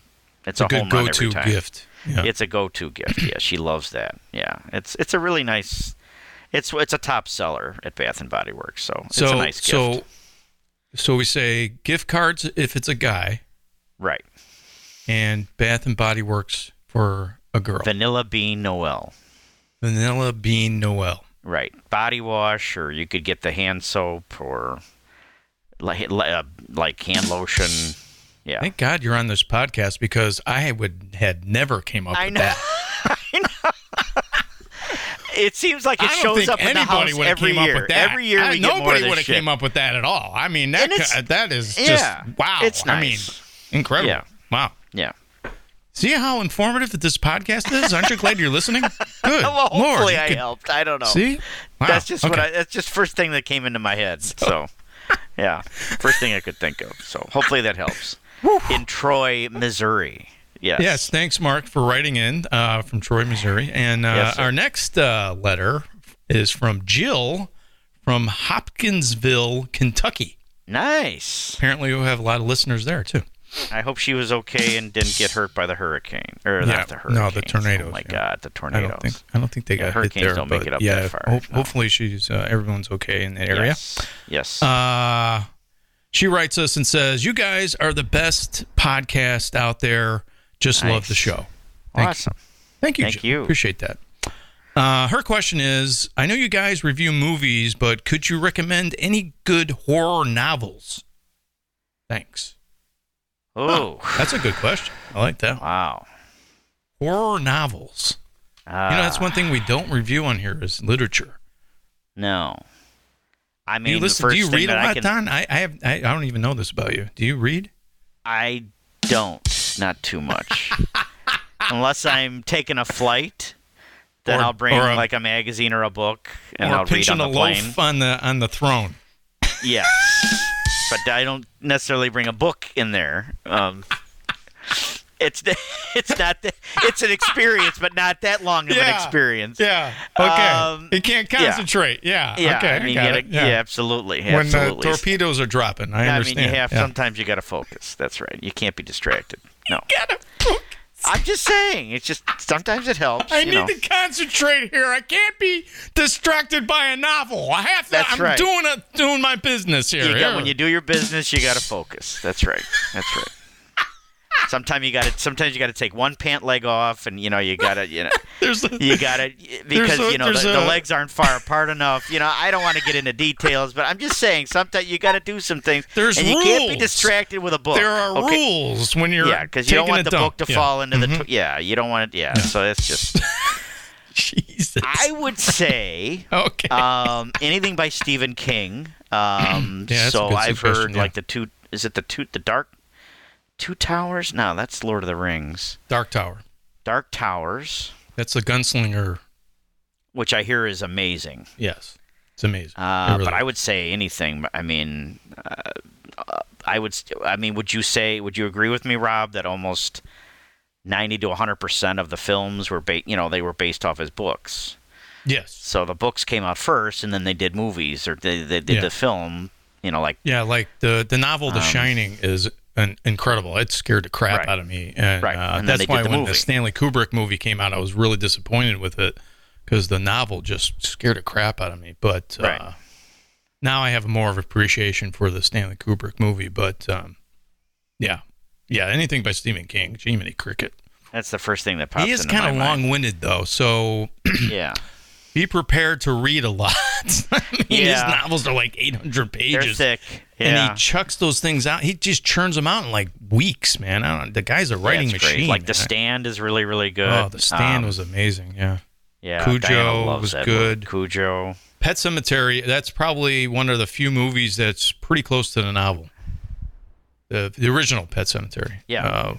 S7: it's,
S8: it's a
S7: a, home
S8: good
S7: run every
S8: go-to
S7: time.
S8: gift. Yeah.
S7: It's a go-to gift. Yeah, she loves that. Yeah, it's it's a really nice. It's it's a top seller at Bath and Body Works, so,
S8: so
S7: it's a nice gift.
S8: so so we say gift cards if it's a guy,
S7: right,
S8: and Bath and Body Works for a girl.
S7: Vanilla Bean Noel.
S8: Vanilla Bean Noel.
S7: Right, body wash, or you could get the hand soap, or like li- uh, like hand lotion. Yeah,
S8: Thank God you're on this podcast because I would had never came up
S7: I
S8: with
S7: know.
S8: that.
S7: It seems like it
S8: I don't
S7: shows
S8: think
S7: up in the
S8: anybody
S7: house
S8: would have
S7: every
S8: came
S7: year.
S8: up with that.
S7: Every year
S8: I-
S7: we get more of
S8: nobody
S7: this
S8: would have
S7: shit.
S8: came up with that at all. I mean, that
S7: And it's-
S8: co- that is just
S7: Yeah,
S8: wow.
S7: it's
S8: I mean,
S7: nice.
S8: incredible.
S7: Yeah.
S8: Wow.
S7: Yeah.
S8: See how informative that this podcast is? Aren't you glad you're listening? Good.
S7: Well, hopefully
S8: Lord, you
S7: I
S8: could-
S7: helped. I don't know.
S8: See? Wow.
S7: that's just what
S8: Okay.
S7: I. That's just first thing that came into my head. So, yeah, first thing I could think of. So hopefully that helps. in Troy, Missouri. Yes.
S8: Yes, thanks, Mark, for writing in uh, from Troy, Missouri. And uh,
S7: Yes, sir.
S8: our next uh, letter is from Jill from Hopkinsville, Kentucky.
S7: Nice.
S8: Apparently, we have a lot of listeners there too.
S7: I hope she was okay and didn't get hurt by the hurricane or
S8: Yeah.
S7: not the
S8: No,
S7: hurricane.
S8: the tornadoes,
S7: Oh my
S8: yeah.
S7: God, the
S8: I
S7: tornadoes.
S8: don't think I don't think they
S7: Yeah,
S8: got
S7: hurricanes
S8: hit there.
S7: don't make
S8: but
S7: it up
S8: yeah,
S7: that far,
S8: ho-
S7: no.
S8: hopefully she's uh, everyone's okay in the area.
S7: Yes. Yes.
S8: Uh, she writes us and says, "You guys are the best podcast out there. Just love
S7: Nice.
S8: the show. Thank you.
S7: awesome.
S8: Thank you.
S7: Thank
S8: Jill.
S7: you.
S8: Appreciate that. Uh, her question is I know you guys review movies, but could you recommend any good horror novels? Thanks.
S7: Oh.
S8: That's a good question. I like that. one.
S7: Wow.
S8: Horror novels.
S7: Uh,
S8: you know, that's one thing we don't review on here is literature.
S7: No. I mean,
S8: do you
S7: the
S8: listen? Do
S7: first
S8: you
S7: thing
S8: read a
S7: that I
S8: lot,
S7: can,
S8: Don? I, I have. I, I don't even know this about you. Do you read?
S7: I don't. Not too much. Unless I'm taking a flight, then
S8: Or-
S7: I'll bring
S8: or a-
S7: like a magazine or a book, and
S8: or
S7: I'll read
S8: pinching
S7: on the
S8: a
S7: plane.
S8: loaf on the on the throne?
S7: Yes. But I don't necessarily bring a book in there. Um, it's it's not that, it's an experience, but not that long of an
S8: Yeah.
S7: experience.
S8: Yeah. Okay.
S7: Um,
S8: you can't
S7: yeah.
S8: concentrate. Yeah.
S7: Yeah,
S8: Okay.
S7: I mean,
S8: got
S7: you gotta-
S8: it.
S7: yeah. absolutely,
S8: when the
S7: absolutely.
S8: torpedoes are dropping.
S7: I,
S8: I understand.
S7: mean, you have
S8: Yeah.
S7: sometimes you got to focus. That's right. You can't be distracted. No. I'm just saying. It's just sometimes it helps.
S8: I
S7: you
S8: need
S7: know.
S8: to concentrate here. I can't be distracted by a novel. I have to.
S7: That's
S8: I'm
S7: right.
S8: doing a, doing my business here.
S7: You got,
S8: Here.
S7: when you do your business, you got to focus. That's right. That's right. Sometimes you got to. Sometimes you got to take one pant leg off, and you know you got to. You know
S8: There's a-
S7: you got to because
S8: a-
S7: you know the,
S8: there's
S7: the
S8: a-
S7: legs aren't far apart enough. You know I don't want to get into details, but I'm just saying sometimes you got to do some things.
S8: There's
S7: and you can't be
S8: rules.
S7: distracted with a book.
S8: there are
S7: okay?
S8: rules when you're
S7: Yeah, because you don't
S8: taking
S7: want
S8: a
S7: the
S8: dump.
S7: book to
S8: Yeah. Mm-hmm.
S7: fall into the. Tw- yeah, you don't want it. Yeah, so it's just.
S8: Jesus.
S7: I would say
S8: okay.
S7: um, anything by Stephen King. Um,
S8: Yeah, that's a
S7: so
S8: good
S7: I've
S8: suggestion,
S7: heard
S8: yeah.
S7: like the two. Is it the two? The dark. Two towers? No, that's Lord of the Rings.
S8: Dark Tower.
S7: Dark Towers,
S8: That's a gunslinger.
S7: which I hear is amazing.
S8: Yes. It's amazing.
S7: Uh,
S8: It really
S7: but I
S8: is.
S7: would say anything. I mean, uh, I would. St- I mean, would you say? Would you agree with me, Rob, that almost ninety to hundred percent of the films were, ba- you know, they were based off his books.
S8: Yes.
S7: So the books came out first, and then they did movies or they, they did
S8: Yeah.
S7: the film. You know, like
S8: Yeah, like the the novel The Shining is an incredible. It scared the crap
S7: Right.
S8: out of me, and,
S7: Right, and
S8: uh,
S7: then
S8: that's
S7: they did
S8: why
S7: the
S8: when
S7: movie.
S8: the Stanley Kubrick movie came out, I was really disappointed with it because the novel just scared the crap out of me. But uh,
S7: Right.
S8: now I have more of appreciation for the Stanley Kubrick movie. But um, yeah, yeah, anything by Stephen King, Jiminy Cricket.
S7: that's the first thing that pops.
S8: he is
S7: into my
S8: kind of
S7: mind.
S8: long-winded though, so
S7: Yeah,
S8: be prepared to read a lot. I mean,
S7: Yeah.
S8: His novels are like 800
S7: they're
S8: pages.
S7: thick.
S8: And
S7: Yeah.
S8: he chucks those things out. He just churns them out in like weeks, man. I don't. The guy's a writing
S7: That's great.
S8: machine.
S7: Like the
S8: man.
S7: stand is really, really good.
S8: Oh, the stand
S7: Um,
S8: was amazing. Yeah.
S7: yeah.
S8: Cujo
S7: Diana loves
S8: was
S7: that movie.
S8: good.
S7: Cujo.
S8: Pet Cemetery. That's probably one of the few movies that's pretty close to the novel. The the original Pet Cemetery.
S7: Yeah.
S8: Uh,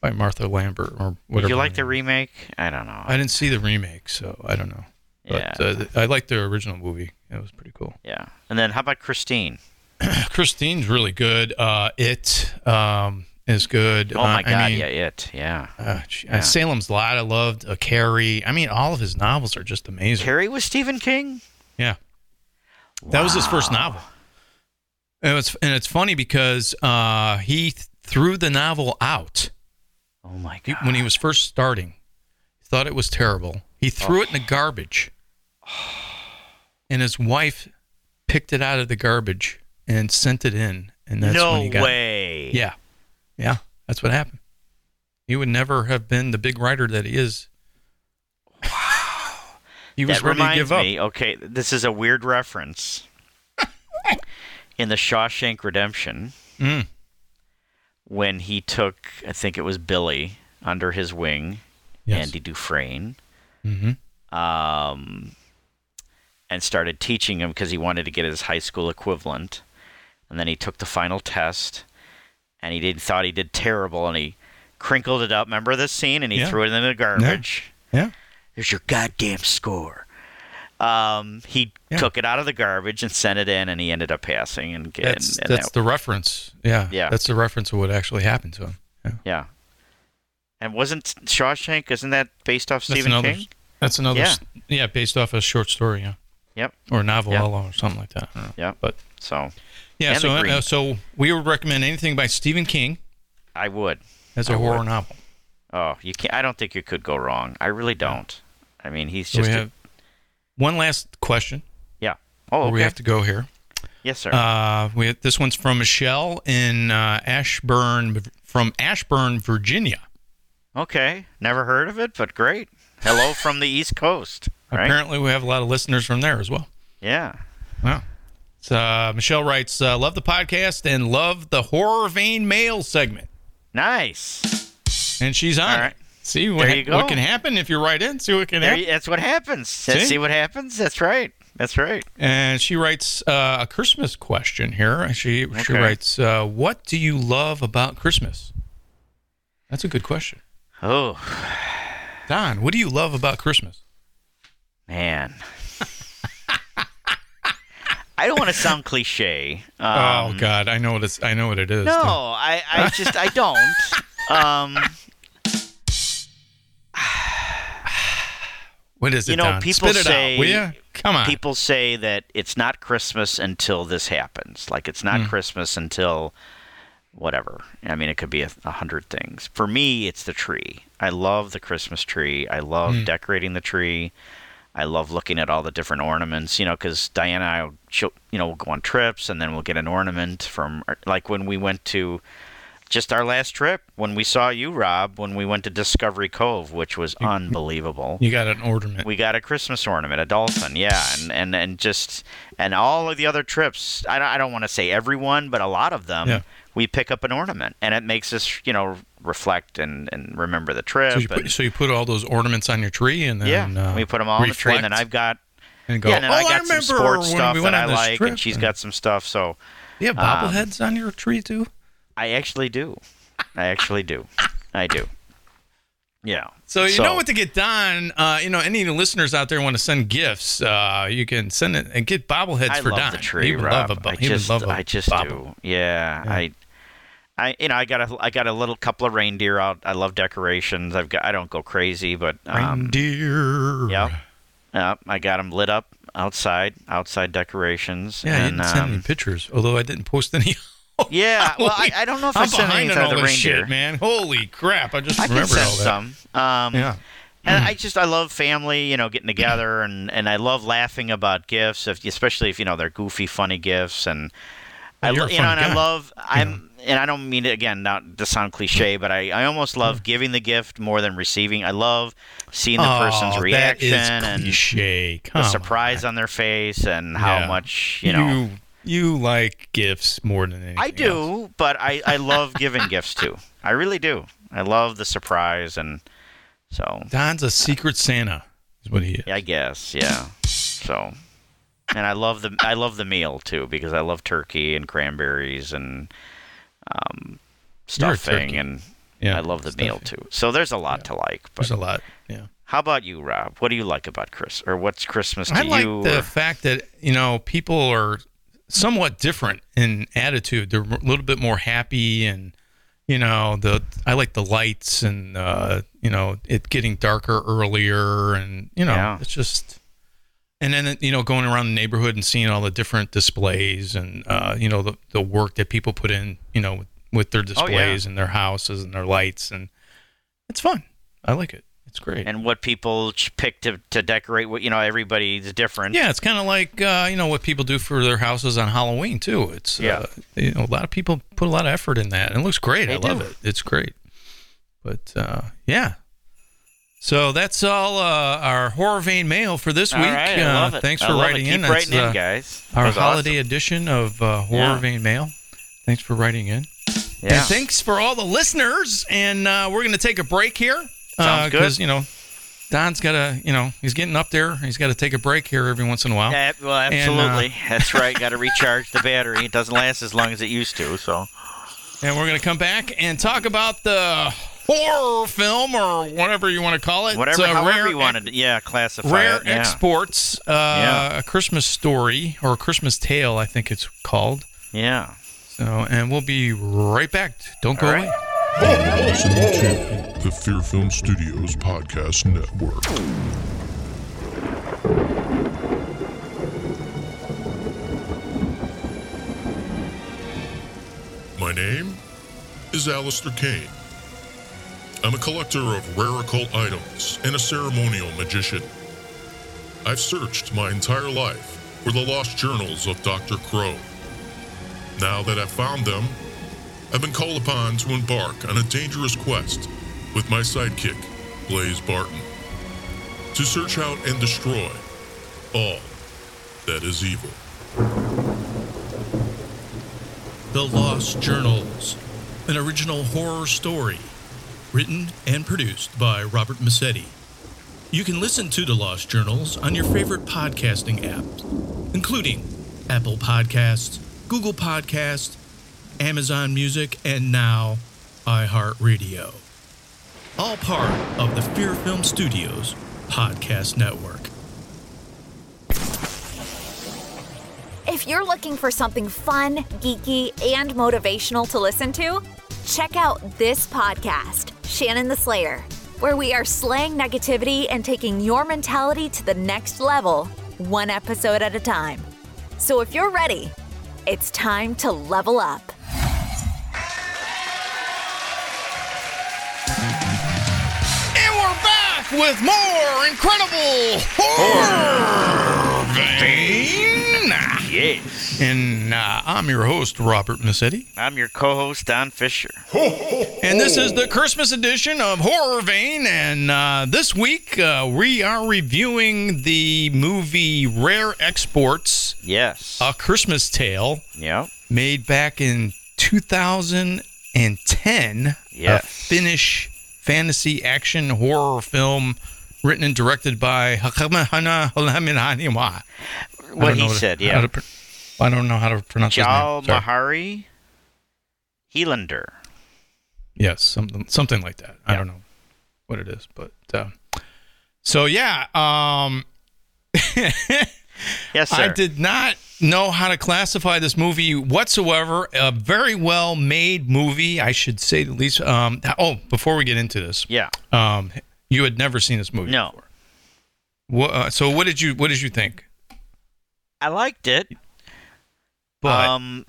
S8: by Martha Lambert or whatever.
S7: Did you
S8: her
S7: like the
S8: name-
S7: remake? I don't know.
S8: I didn't see the remake, so I don't know.
S7: yeah.
S8: But uh, th- I liked the original movie. It was pretty cool.
S7: yeah.
S8: Uh,
S7: And then how about Christine?
S8: Christine's really good. Uh, it. Um, is good.
S7: Oh my
S8: Uh,
S7: god,
S8: I mean,
S7: yeah, it, yeah.
S8: uh, gee, uh, Salem's Lot, I loved. Uh, Carrie. I mean, all of his novels are just amazing.
S7: Carrie was Stephen King.
S8: Yeah. That was his first novel. And it's and it's funny because uh, he th- threw the novel out
S7: Oh my
S8: he-
S7: god.
S8: when he was first starting. He thought it was terrible. He threw it in the garbage. And his wife picked it out of the garbage and sent it in. And that's
S7: no
S8: when he got
S7: way.
S8: Yeah. Yeah. That's what happened. He would never have been the big writer that he is. He was
S7: that
S8: ready to
S7: reminds
S8: give up.
S7: me. Okay, this is a weird reference. In the Shawshank Redemption,
S8: Mm.
S7: when he took, I think it was Billy under his wing,
S8: Yes.
S7: Andy Dufresne,
S8: Mm-hmm.
S7: um, and started teaching him because he wanted to get his high school equivalent. And then he took the final test, and he did thought he did terrible, and he crinkled it up. Remember this scene? And he
S8: Yeah.
S7: threw it in the garbage.
S8: Yeah.
S7: There's your goddamn score. Um, he
S8: Yeah.
S7: took it out of the garbage and sent it in, and he ended up passing. And, and,
S8: That's
S7: and
S8: that's
S7: that-
S8: the reference. Yeah.
S7: Yeah.
S8: That's the reference of what actually happened to him.
S7: yeah. And wasn't Shawshank? Isn't that based off
S8: That's
S7: Stephen
S8: another.
S7: King?
S8: That's another.
S7: Yeah.
S8: s- Yeah. Based off a short story. Yeah.
S7: Yep.
S8: Or novella or something like that. I don't know.
S7: Yep.
S8: But
S7: So Mm.
S8: yeah.
S7: And
S8: so
S7: The
S8: uh,
S7: Green.
S8: so we would recommend anything by Stephen King
S7: I would.
S8: as a
S7: I
S8: horror
S7: would.
S8: novel.
S7: Oh, you can't. I don't think you could go wrong. I really don't. I mean, he's
S8: So
S7: just.
S8: we
S7: a-
S8: have one last question.
S7: yeah. Oh,
S8: before
S7: okay.
S8: We have to go here.
S7: yes, sir.
S8: Uh, we have, this one's from Michelle in uh, Ashburn, from Ashburn, Virginia.
S7: okay. Never heard of it, but great. Hello from the East Coast. Right?
S8: Apparently, we have a lot of listeners from there as well.
S7: Yeah.
S8: Wow. So, uh, Michelle writes, uh, "Love the podcast and love the horror vein mail segment."
S7: Nice.
S8: And she's on.
S7: All
S8: it.
S7: right.
S8: See what,
S7: There you
S8: what
S7: go.
S8: can happen if you write in. See what can
S7: There
S8: happen.
S7: you, that's what happens. See?
S8: See?
S7: see what happens. That's right. That's right.
S8: And she writes uh, a Christmas question here. She she
S7: Okay.
S8: writes, uh, "What do you love about Christmas?" That's a good question,
S7: Oh.
S8: Don. What do you love about Christmas?
S7: Man. I don't want to sound cliche.
S8: oh
S7: Um,
S8: God, I know what it's. I know what it is.
S7: No,
S8: Don.
S7: I, I just, I don't. Um,
S8: What is it?
S7: You know,
S8: Don?
S7: people
S8: Spit it
S7: say-
S8: out, will ya? Come on.
S7: people say that it's not Christmas until this happens. Like, it's
S8: Hmm.
S7: not Christmas until whatever. I mean, it could be a, a hundred things. For me, it's the tree. I love the Christmas tree. I love
S8: Hmm.
S7: decorating the tree. I love looking at all the different ornaments, you know, because Diana and I, will- she'll, you know, we'll go on trips and then we'll get an ornament from, like when we went to just our last trip, when we saw you, Rob, when we went to Discovery Cove, which was unbelievable.
S8: you got an ornament.
S7: We got a Christmas ornament, a dolphin, yeah, and and, and just and all of the other trips. I don't, I don't want to say everyone, but a lot of them,
S8: Yeah.
S7: we pick up an ornament, and it makes us, you know, reflect and and remember the trip.
S8: so, you
S7: and-
S8: put, so you put all those ornaments on your tree, and
S7: yeah,
S8: then uh,
S7: we put them all on the tree, and then
S8: reflect
S7: I've got
S8: and go.
S7: yeah, and then
S8: oh,
S7: I got some
S8: remember
S7: sports
S8: when
S7: stuff
S8: we
S7: that
S8: went
S7: I
S8: on this
S7: like,
S8: trip.
S7: and she's got some stuff. So
S8: Do you have
S7: um,
S8: bobbleheads on your tree too?
S7: I actually do, I actually do, I do. Yeah.
S8: So you know what to get done. Uh, you know, any of the listeners out there want to send gifts, uh, you can send it and get bobbleheads
S7: I
S8: for
S7: love
S8: Don.
S7: the tree,
S8: he would
S7: Rob.
S8: love a bo-
S7: I
S8: he
S7: just,
S8: would love a
S7: I just
S8: bobble.
S7: do. Yeah, I, I, you know, I got a, I got a little couple of reindeer out. I love decorations. I've got, I don't go crazy, but um,
S8: Reindeer.
S7: yeah, yeah, I got them lit up outside, outside decorations.
S8: Yeah, you
S7: and,
S8: didn't send any
S7: um,
S8: pictures, although I didn't post any.
S7: yeah. Well, I, I don't know if I
S8: I'm
S7: sent
S8: behind
S7: any
S8: on
S7: of
S8: all
S7: the
S8: this
S7: reindeer.
S8: shit, man. Holy crap! I just
S7: I can
S8: remembered
S7: send
S8: all that.
S7: some. Um,
S8: Yeah.
S7: And I just I love family, you know, getting together, and and I love laughing about gifts, if, especially if you know they're goofy, funny gifts, and I
S8: Well, you're
S7: lo-
S8: a
S7: you know, and
S8: funny
S7: I
S8: guy.
S7: love I'm and I don't mean it again not to sound cliche, but I I almost love giving the gift more than receiving. I love seeing the person's
S8: Oh,
S7: reaction
S8: that is
S7: and
S8: cliche. Come
S7: the
S8: on.
S7: surprise on their face and how
S8: Yeah.
S7: much you know.
S8: you you like gifts more than anything.
S7: I
S8: else.
S7: do, but I, I love giving gifts too. I really do. I love the surprise and so
S8: Don's a secret Santa, is what he is.
S7: I guess, yeah. So, and I love the I love the meal too because I love turkey and cranberries and um,
S8: You're a
S7: stuffing
S8: turkey.
S7: and
S8: Yeah,
S7: I love the meal
S8: stuffing.
S7: too. So there's a lot to like. But
S8: There's a lot. Yeah.
S7: how about you, Rob? What do you like about Chris or what's Christmas to
S8: I like
S7: you?
S8: the
S7: or-
S8: fact that you know people are somewhat different in attitude. They're a little bit more happy and you know the I like the lights and uh, you know it getting darker earlier and you know
S7: Yeah.
S8: it's just and then you know going around the neighborhood and seeing all the different displays and uh, you know the the work that people put in you know with, with their
S7: Oh, yeah.
S8: displays and their houses and their lights and it's fun. I like it. It's great.
S7: and what people ch- pick to, to decorate. What you know, everybody's different.
S8: Yeah, it's kind of like uh, you know what people do for their houses on Halloween too. It's
S7: Yeah.
S8: uh, you know a lot of people put a lot of effort in that, and it looks great.
S7: They
S8: I love
S7: do.
S8: it. It's great. But uh, yeah, so that's all uh, our horror vein mail for this
S7: All
S8: week.
S7: right,
S8: uh,
S7: I love it.
S8: Thanks
S7: I
S8: for
S7: love it.
S8: writing
S7: Keep
S8: in. That's,
S7: writing
S8: uh,
S7: in, guys. That
S8: Our
S7: was
S8: holiday edition of uh, horror
S7: Yeah.
S8: vein mail. Thanks for writing in.
S7: awesome. yeah.
S8: And thanks for all the listeners. And uh, we're going to take a break here.
S7: Sounds good.
S8: Because, you know, Don's got to, you know, he's getting up there. He's got to take a break here every once in a while.
S7: Yeah, well,
S8: And, uh,
S7: absolutely. That's right. Got to recharge the battery. It doesn't last as long as it used to. So
S8: And we're going to come back and talk about the horror film or whatever you want to call it.
S7: whatever,
S8: It's a
S7: however
S8: rare,
S7: you wanted, to, yeah, classify
S8: Rare
S7: it. Yeah.
S8: Exports, uh,
S7: Yeah.
S8: a Christmas story or a Christmas tale, I think it's called.
S7: yeah.
S8: So, and we'll be right back. Don't go
S7: All right.
S8: away.
S1: You're listening to the Fear Film Studios Podcast Network.
S2: My name is Alistair Kane. I'm a collector of rare occult items and a ceremonial magician. I've searched my entire life for the lost journals of Dr. Crow. Now that I've found them, I've been called upon to embark on a dangerous quest with my sidekick, Blaze Barton, to search out and destroy all that is evil.
S10: The Lost Journals, an original horror story, written and produced by Robert Massetti. You can listen to The Lost Journals on your favorite podcasting app, including Apple Podcasts, Google Podcasts, Amazon Music, and now iHeartRadio. All part of the Fear Film Studios Podcast Network.
S11: If you're looking for something fun, geeky, and motivational to listen to, check out this podcast, Shannon the Slayer, where we are slaying negativity and taking your mentality to the next level, one episode at a time. So if you're ready, it's time to level up.
S8: And we're back with more incredible horror vein.
S7: Yes.
S8: And uh, I'm your host, Robert Massetti.
S7: I'm your co-host Don Fisher.
S8: And this is the Christmas edition of Horror Vein. And uh, this week uh, we are reviewing the movie Rare Exports,
S7: Yes.
S8: A Christmas Tale,
S7: Yep.
S8: made back in 2010.
S7: Yes.
S8: A Finnish fantasy action horror film written and directed by Hakama Hanahaminanima. I
S7: What
S8: don't know
S7: he
S8: to-
S7: said.
S8: how
S7: Yeah.
S8: to pr- I don't know how to pronounce his
S7: Jal
S8: name. Sorry.
S7: Mahari. Helander.
S8: Yes, something something like that. I don't know what it is, but uh, so yeah, um,
S7: Yes, sir.
S8: I did not know how to classify this movie whatsoever. A very well made movie, I should say at least. Um, oh, before we get into this,
S7: Yeah.
S8: um, you had never seen this movie.
S7: No.
S8: Wha- uh, so what did you what did you think?
S7: I liked it.
S8: But
S7: um,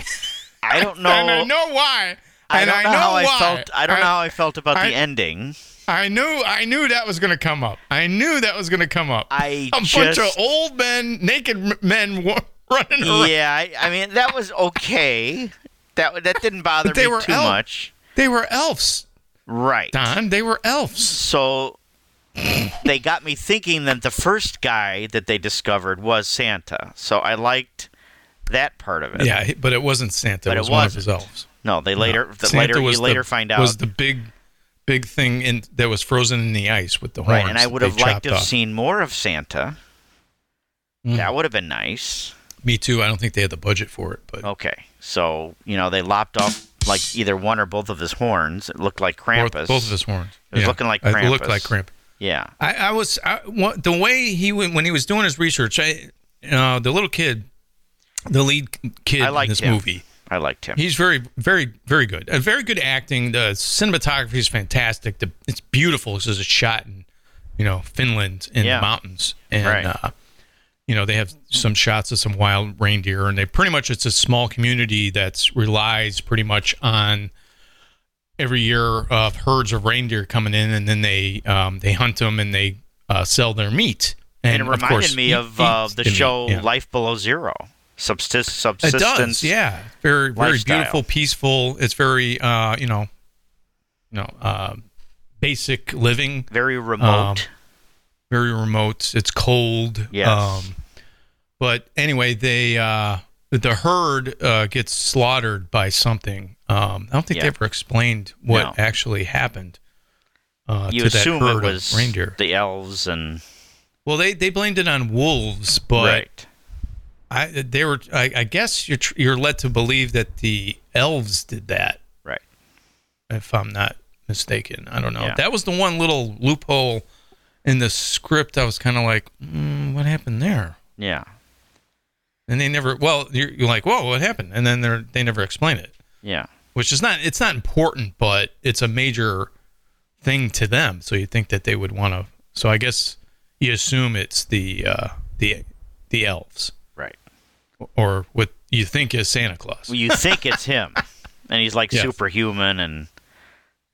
S7: I don't know.
S8: and I know why.
S7: I
S8: and
S7: don't
S8: I
S7: know,
S8: know
S7: how
S8: why.
S7: I felt. I don't know how I felt about
S8: I-
S7: the ending.
S8: I knew I knew that was going to come up. I knew that was going to come up.
S7: I
S8: a bunch of
S7: just-
S8: old men, naked m- men wa- running around.
S7: Yeah, I, I mean that was okay. That that didn't bother
S8: they
S7: me
S8: were
S7: too
S8: elf-
S7: much.
S8: They were elves,
S7: Right.
S8: Don. They were elves.
S7: So they got me thinking that the first guy that they discovered was Santa. So I liked that part of it.
S8: Yeah, he- but it wasn't Santa.
S7: But
S8: it
S7: it
S8: was one of his
S7: wasn't.
S8: elves.
S7: No, they later the
S8: Santa
S7: later
S8: was
S7: you
S8: the-
S7: later find out.
S8: was the big, big thing in that was frozen in the ice with the horns.
S7: right, and I
S8: that
S7: would
S8: they
S7: have liked
S8: chopped
S7: to have
S8: off.
S7: seen more of Santa.
S8: Mm.
S7: That would have been nice.
S8: Me too. I don't think they had the budget for it, but
S7: Okay. So, you know, they lopped off like either one or both of his horns. It looked like
S8: both-
S7: Krampus.
S8: both of his horns.
S7: It was looking like
S8: It looked
S7: Krampus.
S8: like Krampus.
S7: Yeah.
S8: I, I was I, wha- the way he went when he was doing his research. I, uh, the little kid, the lead kid
S7: I
S8: in
S7: liked
S8: this
S7: him.
S8: movie.
S7: I liked him.
S8: He's very, very, very good. Uh, very good acting. The cinematography is fantastic. The, it's beautiful. This is a shot in, you know, Finland in
S7: Yeah.
S8: the mountains, and
S7: Right.
S8: uh, you know they have some shots of some wild reindeer, and they pretty much it's a small community that's relies pretty much on every year of herds of reindeer coming in, and then they um, they hunt them and they uh, sell their meat.
S7: And, it
S8: of
S7: reminded
S8: course,
S7: me
S8: you
S7: of
S8: eat
S7: uh, the
S8: meat,
S7: show
S8: yeah.
S7: Life Below Zero. Subsist-
S8: It
S7: subsistence.
S8: does, yeah. Very, very
S7: lifestyle.
S8: beautiful, peaceful. It's very, uh, you know, you know, uh, basic living.
S7: Very
S8: Um,
S7: remote.
S8: very remote. It's cold. um,
S7: Yes.
S8: but anyway, they uh, the herd uh, gets slaughtered by something. Um, I don't think
S7: Yeah.
S8: they ever explained what
S7: No.
S8: actually happened. Uh,
S7: you
S8: to that
S7: assume
S8: herd
S7: it
S8: of
S7: was
S8: reindeer.
S7: the elves and
S8: Well, they, they blamed it on wolves, but
S7: Right.
S8: I they were I, I guess you're tr- you're led to believe that the elves did that,
S7: right?
S8: If I'm not mistaken, I don't know.
S7: Yeah.
S8: That was the one little loophole in the script. I was kind of like, mm, what happened there?
S7: yeah,
S8: And they never. Well, you're, you're like, whoa, what happened? And then they they never explain it,
S7: yeah.
S8: which is not it's not important, but it's a major thing to them. So you think that they would want to. So I guess you assume it's the uh, the the elves,
S7: Right.
S8: Or what you think is Santa Claus.
S7: Well, you think it's him, and he's like
S8: Yes.
S7: superhuman and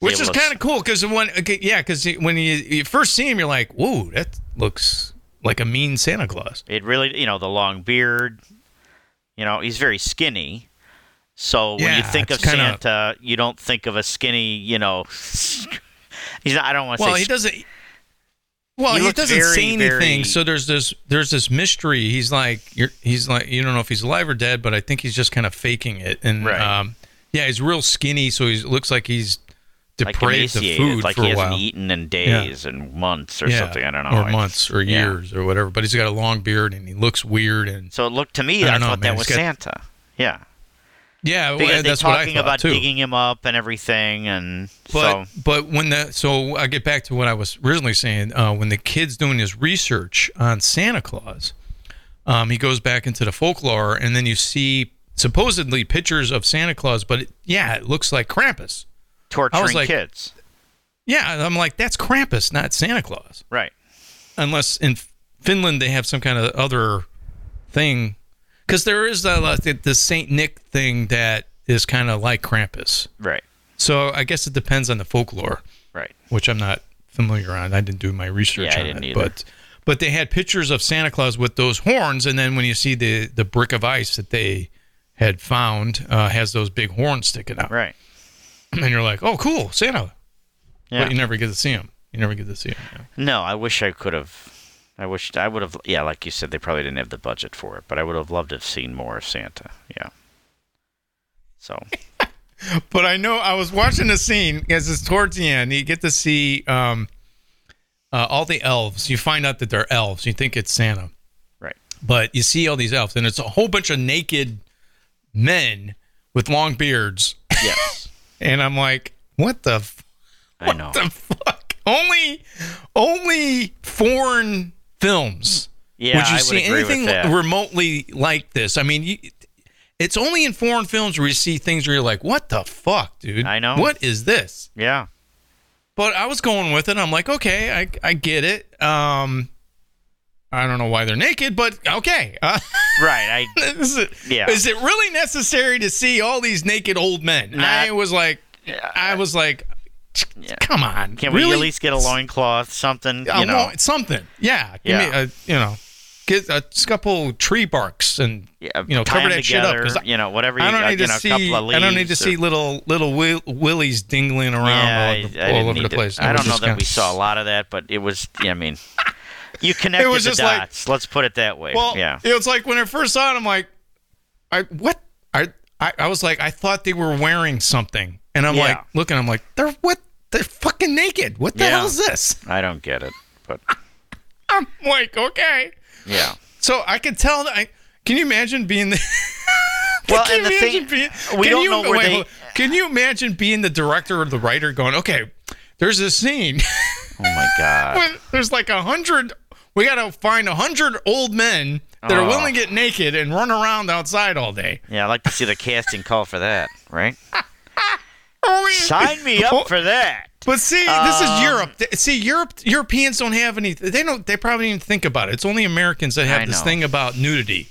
S8: Which is
S7: able to-
S8: kind of cool because when, okay, yeah, because when you, you first see him, you're like, "Whoa, that looks like a mean Santa Claus."
S7: It really, you know, the long beard. You know, he's very skinny. So when you
S8: Yeah,
S7: think of
S8: it's kinda-
S7: Santa, you don't think of a skinny. You know, he's. Not, I don't want to
S8: Well,
S7: say.
S8: he
S7: sc-
S8: doesn't. Well,
S7: He
S8: he,
S7: looked
S8: doesn't
S7: very,
S8: say anything,
S7: very-
S8: so there's this there's this mystery. He's like, you're, he's like, you don't know if he's alive or dead, but I think he's just kind of faking it. And
S7: Right.
S8: um, yeah, he's real skinny, so he looks like he's
S7: like
S8: depraved of
S7: emaciated,
S8: food
S7: like
S8: for
S7: he
S8: a
S7: hasn't
S8: while.
S7: eaten in
S8: Yeah.
S7: days and months or
S8: Yeah,
S7: something. I don't know.
S8: or
S7: I-
S8: months or
S7: yeah.
S8: years or whatever. But he's got a long beard and he looks weird. And
S7: So it looked to me,
S8: I
S7: I,
S8: don't know,
S7: thought
S8: man,
S7: that was
S8: he's got-
S7: Santa. Yeah.
S8: yeah, well,
S7: Because they're
S8: that's what I
S7: talking
S8: thought,
S7: about
S8: too.
S7: digging him up and everything, and
S8: But
S7: so
S8: but when the so I get back to what I was originally saying. Uh, when the kid's doing his research on Santa Claus, um, he goes back into the folklore, and then you see supposedly pictures of Santa Claus. But it, yeah, it looks like Krampus. I was
S7: torturing
S8: like,
S7: kids.
S8: Yeah, and I'm like that's Krampus, not Santa Claus.
S7: Right.
S8: Unless in Finland they have some kind of other thing, because there is the, like, the, the Saint Nick thing that is kind of like Krampus.
S7: Right.
S8: So I guess it depends on the folklore.
S7: Right.
S8: which I'm not familiar on. I didn't do my research
S7: Yeah, I
S8: on
S7: didn't
S8: it,
S7: either.
S8: but but they had pictures of Santa Claus with those horns, and then when you see the the brick of ice that they had found uh, has those big horns sticking out,
S7: Right.
S8: And you're like, oh, cool, Santa,
S7: Yeah.
S8: but you never get to see him. You never get to see him. yeah.
S7: No, I wish I could have. I wish I would have. Yeah, like you said, they probably didn't have the budget for it, but I would have loved to have seen more of Santa. Yeah. So
S8: but I know I was watching the scene because it's towards the end. You get to see um, uh, all the elves. You find out that they're elves. You think it's Santa,
S7: Right.
S8: But you see all these elves, and it's a whole bunch of naked men with long beards.
S7: yes,
S8: And I'm like, what the, f-
S7: I know.
S8: the fuck? Only, only foreign films.
S7: Yeah,
S8: would you
S7: I would
S8: see
S7: agree with
S8: anything
S7: that.
S8: remotely like this? I mean, you, it's only in foreign films where you see things where you're like, what the fuck, dude?
S7: I know.
S8: What is this?
S7: yeah.
S8: but I was going with it. I'm like, okay, I, I get it. Um, I don't know why they're naked, but okay. Uh,
S7: Right. I.
S8: is, it,
S7: Yeah.
S8: is it really necessary to see all these naked old men?
S7: Nah.
S8: I was like, I was like,
S7: Yeah.
S8: come on,
S7: Can
S8: really?
S7: we at least get a loincloth, something?
S8: I
S7: You know.
S8: want something? Yeah, give me
S7: Yeah.
S8: a, you know, get a couple tree barks and
S7: Yeah,
S8: you know
S7: tie
S8: cover
S7: 'em
S8: that shit up.
S7: together,
S8: 'cause I-
S7: you know, whatever
S8: I
S7: you
S8: don't
S7: got,
S8: need
S7: you
S8: to
S7: know, a
S8: see.
S7: couple of
S8: I don't need to
S7: leaves
S8: see
S7: or-
S8: little little will, willies dingling around all over,
S7: I- I
S8: all
S7: didn't
S8: over
S7: need
S8: the
S7: to-
S8: place. It
S7: I
S8: was
S7: don't know
S8: just
S7: that we
S8: kinda-
S7: saw a lot of that, but it was. Yeah, I mean, you connected
S8: was
S7: the
S8: just like-
S7: dots. Let's put it that way.
S8: Well,
S7: yeah.
S8: It's like when I first saw it, I'm like, I what? I I, I was like, I thought they were wearing something, and I'm
S7: Yeah.
S8: like, looking, I'm like, they're what? They're fucking naked. What the
S7: Yeah.
S8: hell is this?
S7: I don't get it, but
S8: I'm like, okay.
S7: yeah.
S8: So I could tell that. I, can you imagine being the?
S7: Well,
S8: can
S7: and the
S8: you
S7: thing-
S8: imagine being,
S7: we
S8: can
S7: don't
S8: you,
S7: know where
S8: wait,
S7: they-
S8: hold- Can you imagine being the director or the writer going, okay, there's a scene.
S7: Oh my god.
S8: when there's like a hundred. We gotta find a hundred old men that are
S7: Oh.
S8: willing to get naked and run around outside all day.
S7: Yeah, I'd like to see the casting call for that, right?
S8: Oh,
S7: Sign me up for that.
S8: But see, this is
S7: Um,
S8: Europe. Th- See, Europe Europeans don't have any. They don't. They probably don't even think about it. It's only Americans that
S7: I
S8: have this
S7: know.
S8: thing about nudity.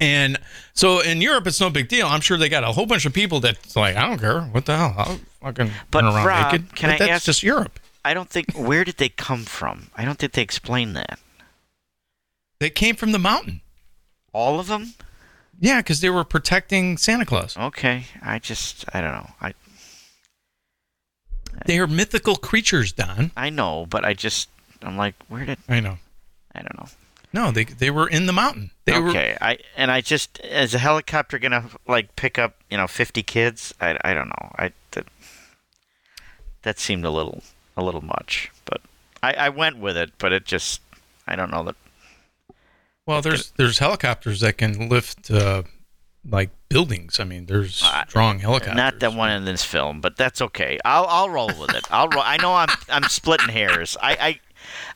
S8: And so in Europe, it's no big deal. I'm sure they got a whole bunch of people that's like, I don't care. What the hell? I'll fucking
S7: But
S8: run around
S7: Rob,
S8: naked.
S7: can
S8: But
S7: I
S8: that's
S7: ask-
S8: just Europe.
S7: I don't think. Where did they come from? I don't think they explained that.
S8: They came from the mountain.
S7: All of them?
S8: Yeah, because they were protecting Santa Claus.
S7: Okay, I just I don't know. I
S8: They are mythical creatures, Don.
S7: I know, but I just I'm like, where did
S8: I know.
S7: I don't know.
S8: No, they they were in the mountain. They
S7: okay, I and I just is a helicopter gonna like pick up you know 50 kids? I, I don't know. I that, that seemed a little a little much, but I I went with it, but it just I don't know that.
S8: were.
S7: uh,
S8: Well, there's there's helicopters that can lift uh, like buildings. I mean, there's strong helicopters.
S7: Not that one in this film, but that's okay. I'll I'll roll with it. I'll roll. I know I'm I'm splitting hairs. I I,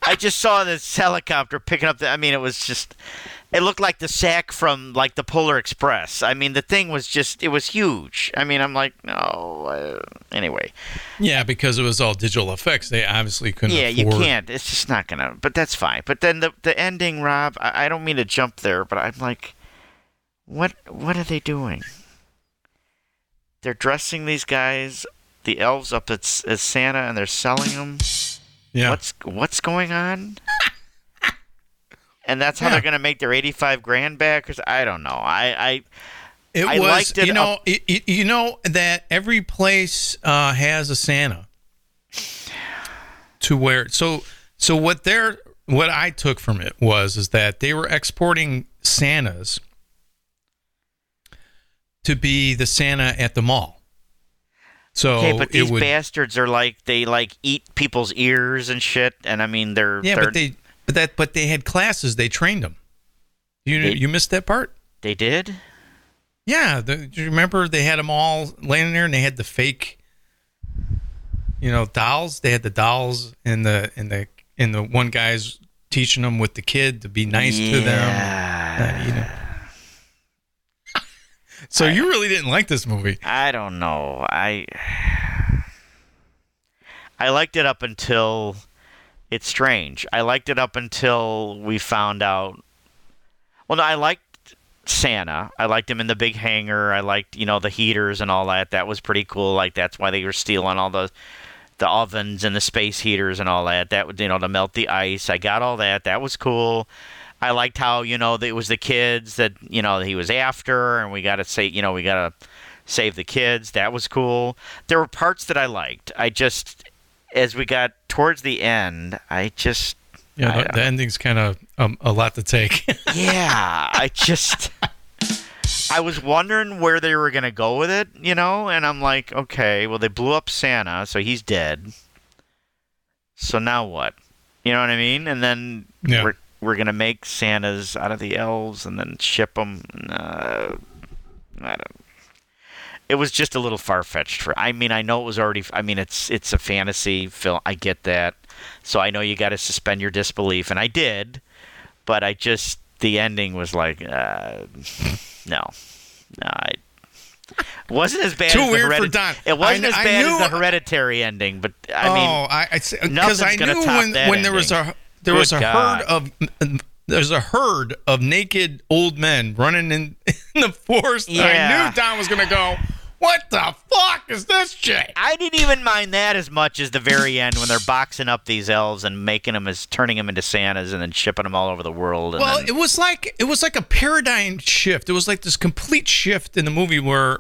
S7: I just saw this helicopter picking up the. I mean, it was just. It looked like the sack from like the Polar Express. I mean, the thing was just. It was huge. I mean, I'm like, no. I, anyway,
S8: Yeah, because it was all digital effects. They obviously couldn't.
S7: yeah, you
S8: afford-
S7: can't. It's just not gonna. But that's fine. But then the the ending, Rob. I, I don't mean to jump there, but I'm like, what what are they doing? They're dressing these guys, the elves, up as, as Santa, and they're selling them.
S8: Yeah.
S7: What's what's going on? and that's how
S8: Yeah.
S7: they're gonna make their eighty five grand back. Or, s- I don't know. I I
S8: It
S7: I
S8: was,
S7: liked it
S8: you know,
S7: up-
S8: it, it- you know that every place uh, has a Santa. To where so so what they're what I took from it was is that they were exporting Santas to be the Santa at the mall. So
S7: okay, but these
S8: Oh, it would,
S7: bastards are like they like eat people's ears and shit. And I mean they're
S8: yeah,
S7: they're,
S8: but they but that but they had classes. They trained them. You
S7: They-
S8: you missed that part.
S7: they did.
S8: Yeah, the, do you remember they had them all laying there, and they had the fake, you know, dolls. They had the dolls, and the and the and the one guy's teaching them with the kid to be nice to them. not eat 'em. so you really didn't like this movie?
S7: I don't know. I I liked it up until it's strange. I liked it up until we found out. Well, no, I liked Santa. I liked him in the big hangar. I liked you know the heaters and all that. That was pretty cool. Like that's why they were stealing all the the ovens and the space heaters and all that. That would you know to melt the ice. I got all that. That was cool. I liked how you know that it was the kids that you know that he was after, and we got to say you know we got to save the kids. That was cool. There were parts that I liked. I just as we got towards the end, I just
S8: Yeah,
S7: I-
S8: the, the ending's kind of um, a lot to take.
S7: yeah, I just I was wondering where they were gonna go with it, you know, and I'm like, okay, well they blew up Santa, so he's dead. So now what? You know what I mean? And then
S8: Yeah.
S7: we're we're gonna make Santas out of the elves and then ship them. Uh, I don't. It was just a little far fetched for. I mean, I know it was already. I mean, it's it's a fantasy film. I get that. So I know you got to suspend your disbelief, and I did but I just the ending was like, uh, no, no, I wasn't as bad.
S8: Too
S7: as the
S8: weird for
S7: Heredi-
S8: Don.
S7: It wasn't
S8: I-
S7: as
S8: I
S7: bad
S8: knew-
S7: as the hereditary ending, but I mean,
S8: oh, I because I,
S7: nothing's
S8: 'cause I
S7: gonna
S8: knew
S7: top
S8: when
S7: that
S8: when there was
S7: ending.
S8: a there was
S7: Good
S8: a
S7: God.
S8: herd of there's a herd of naked old men running in, in the forest. I
S7: Yeah.
S8: knew Don was gonna go. What the fuck is this shit?
S7: I didn't even mind that as much as the very end when they're boxing up these elves and making them as turning them into Santas and then shipping them all over the world. And
S8: Well,
S7: then-
S8: it was like it was like a paradigm shift. It was like this complete shift in the movie where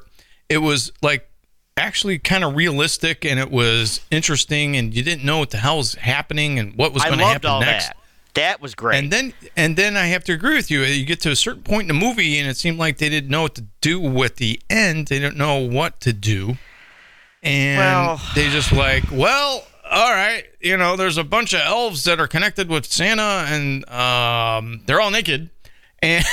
S8: it was like actually kind of realistic and it was interesting and you didn't know what the hell was happening and what was
S7: I
S8: going to
S7: loved
S8: happen
S7: all
S8: next.
S7: that. That was great.
S8: And then and then I have to agree with you. You get to a certain point in the movie and it seemed like they didn't know what to do with the end. They didn't know what to do. And
S7: Well-
S8: they just like, well, all right, you know, there's a bunch of elves that are connected with Santa and um, they're all naked. And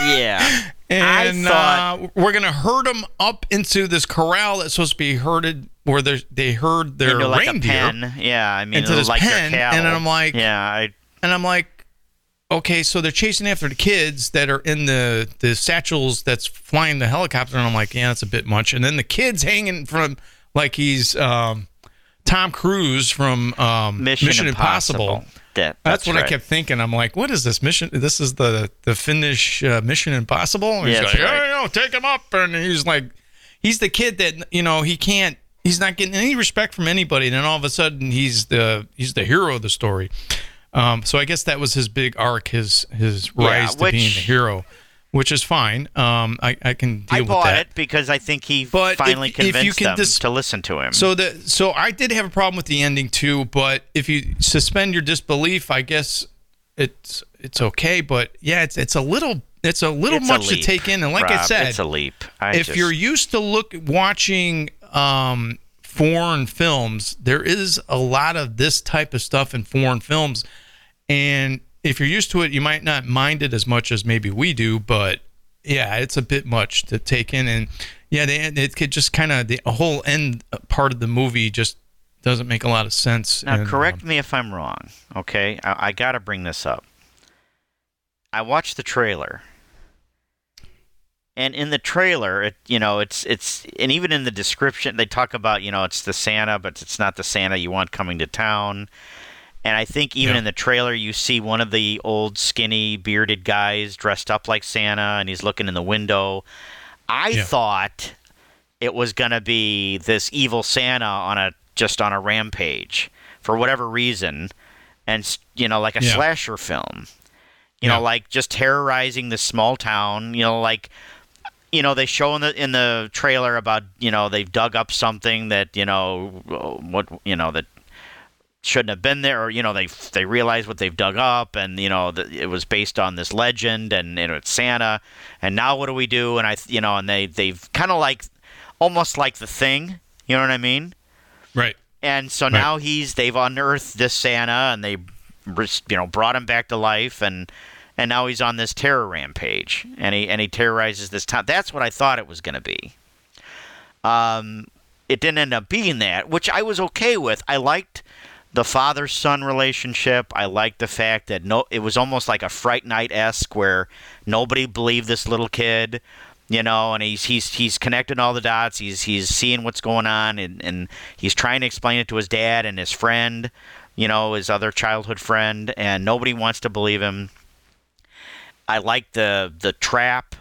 S7: yeah,
S8: and
S7: I thought-
S8: uh, we're gonna herd them up into this corral that's supposed to be herded, where they're- they herd their
S7: into like
S8: reindeer
S7: a pen. Yeah, I mean,
S8: into this
S7: like their
S8: pen, and
S7: cattle.
S8: I'm like-
S7: yeah, I
S8: and I'm like, okay, so they're chasing after the kids that are in the the satchels that's flying the helicopter, and I'm like, yeah, that's a bit much. And then the kids hanging from like he's um, Tom Cruise from um, Mission, Impossible.
S7: That,
S8: That's, what I
S7: right.
S8: kept thinking. I'm like, what is this mission? This is the the Finnish uh, Mission Impossible. And
S7: Yeah,
S8: he's
S7: that's
S8: like,
S7: right.
S8: "Yeah, yeah, take him up, and he's like, he's the kid that you know he can't. He's not getting any respect from anybody. And then all of a sudden, he's the he's the hero of the story. Um, so I guess that was his big arc, his his
S7: Yeah,
S8: rise to being the
S7: which-
S8: hero, which is fine. Um, I, I can deal
S7: I
S8: with
S7: bought
S8: that.
S7: it because I think he
S8: But if-
S7: finally
S8: if you
S7: convinced
S8: can
S7: them
S8: dis-
S7: to listen to him.
S8: So the so I did have a problem with the ending too, but if you suspend your disbelief, I guess it's it's okay. But yeah, it's it's a little it's a little
S7: It's a
S8: much
S7: leap,
S8: to take in. And like I
S7: Rob,
S8: said,
S7: it's a leap. I
S8: if
S7: just-
S8: you're used to look watching um, foreign films, there is a lot of this type of stuff in foreign films, and if you're used to it, you might not mind it as much as maybe we do. But yeah, it's a bit much to take in, and yeah, they, it could just kind of the whole end part of the movie just doesn't make a lot of sense.
S7: Now,
S8: and, um,
S7: correct me if I'm wrong, okay? I, I got to bring this up. I watched the trailer, and in the trailer, it you know, it's it's, and even in the description, they talk about you know, it's the Santa, but it's not the Santa you want coming to town. And I think even in the trailer, you see one of the old, skinny, bearded guys dressed up like Santa, and he's looking in the window. I thought it was going to be this evil Santa on a just on a rampage for whatever reason, and s- you know, like a
S6: Yeah.
S7: slasher film, you know, like just terrorizing this small town, you know, like you know they show in the in the trailer about you know they've dug up something that you know uh, what you know that shouldn't have been there or you know they they realize what they've dug up and you know the, it was based on this legend and you know it's Santa and now what do we do and I you know and they they've kind of like almost like the thing you know what I mean
S8: um, right
S7: and so now he's they've unearthed this Santa and they res- you know brought him back to life and and now he's on this terror rampage and he and he terrorizes this town that's what I thought it was going to be um, it didn't end up being that, which I was okay with. I liked the father son relationship. I liked the fact that no, it was almost like a Fright Night esque where nobody believed this little kid, you know, and he's he's he's connecting all the dots. He's he's seeing what's going on, and and he's trying to explain it to his dad and his friend, you know, his other childhood friend, and nobody wants to believe him. I like the the trap.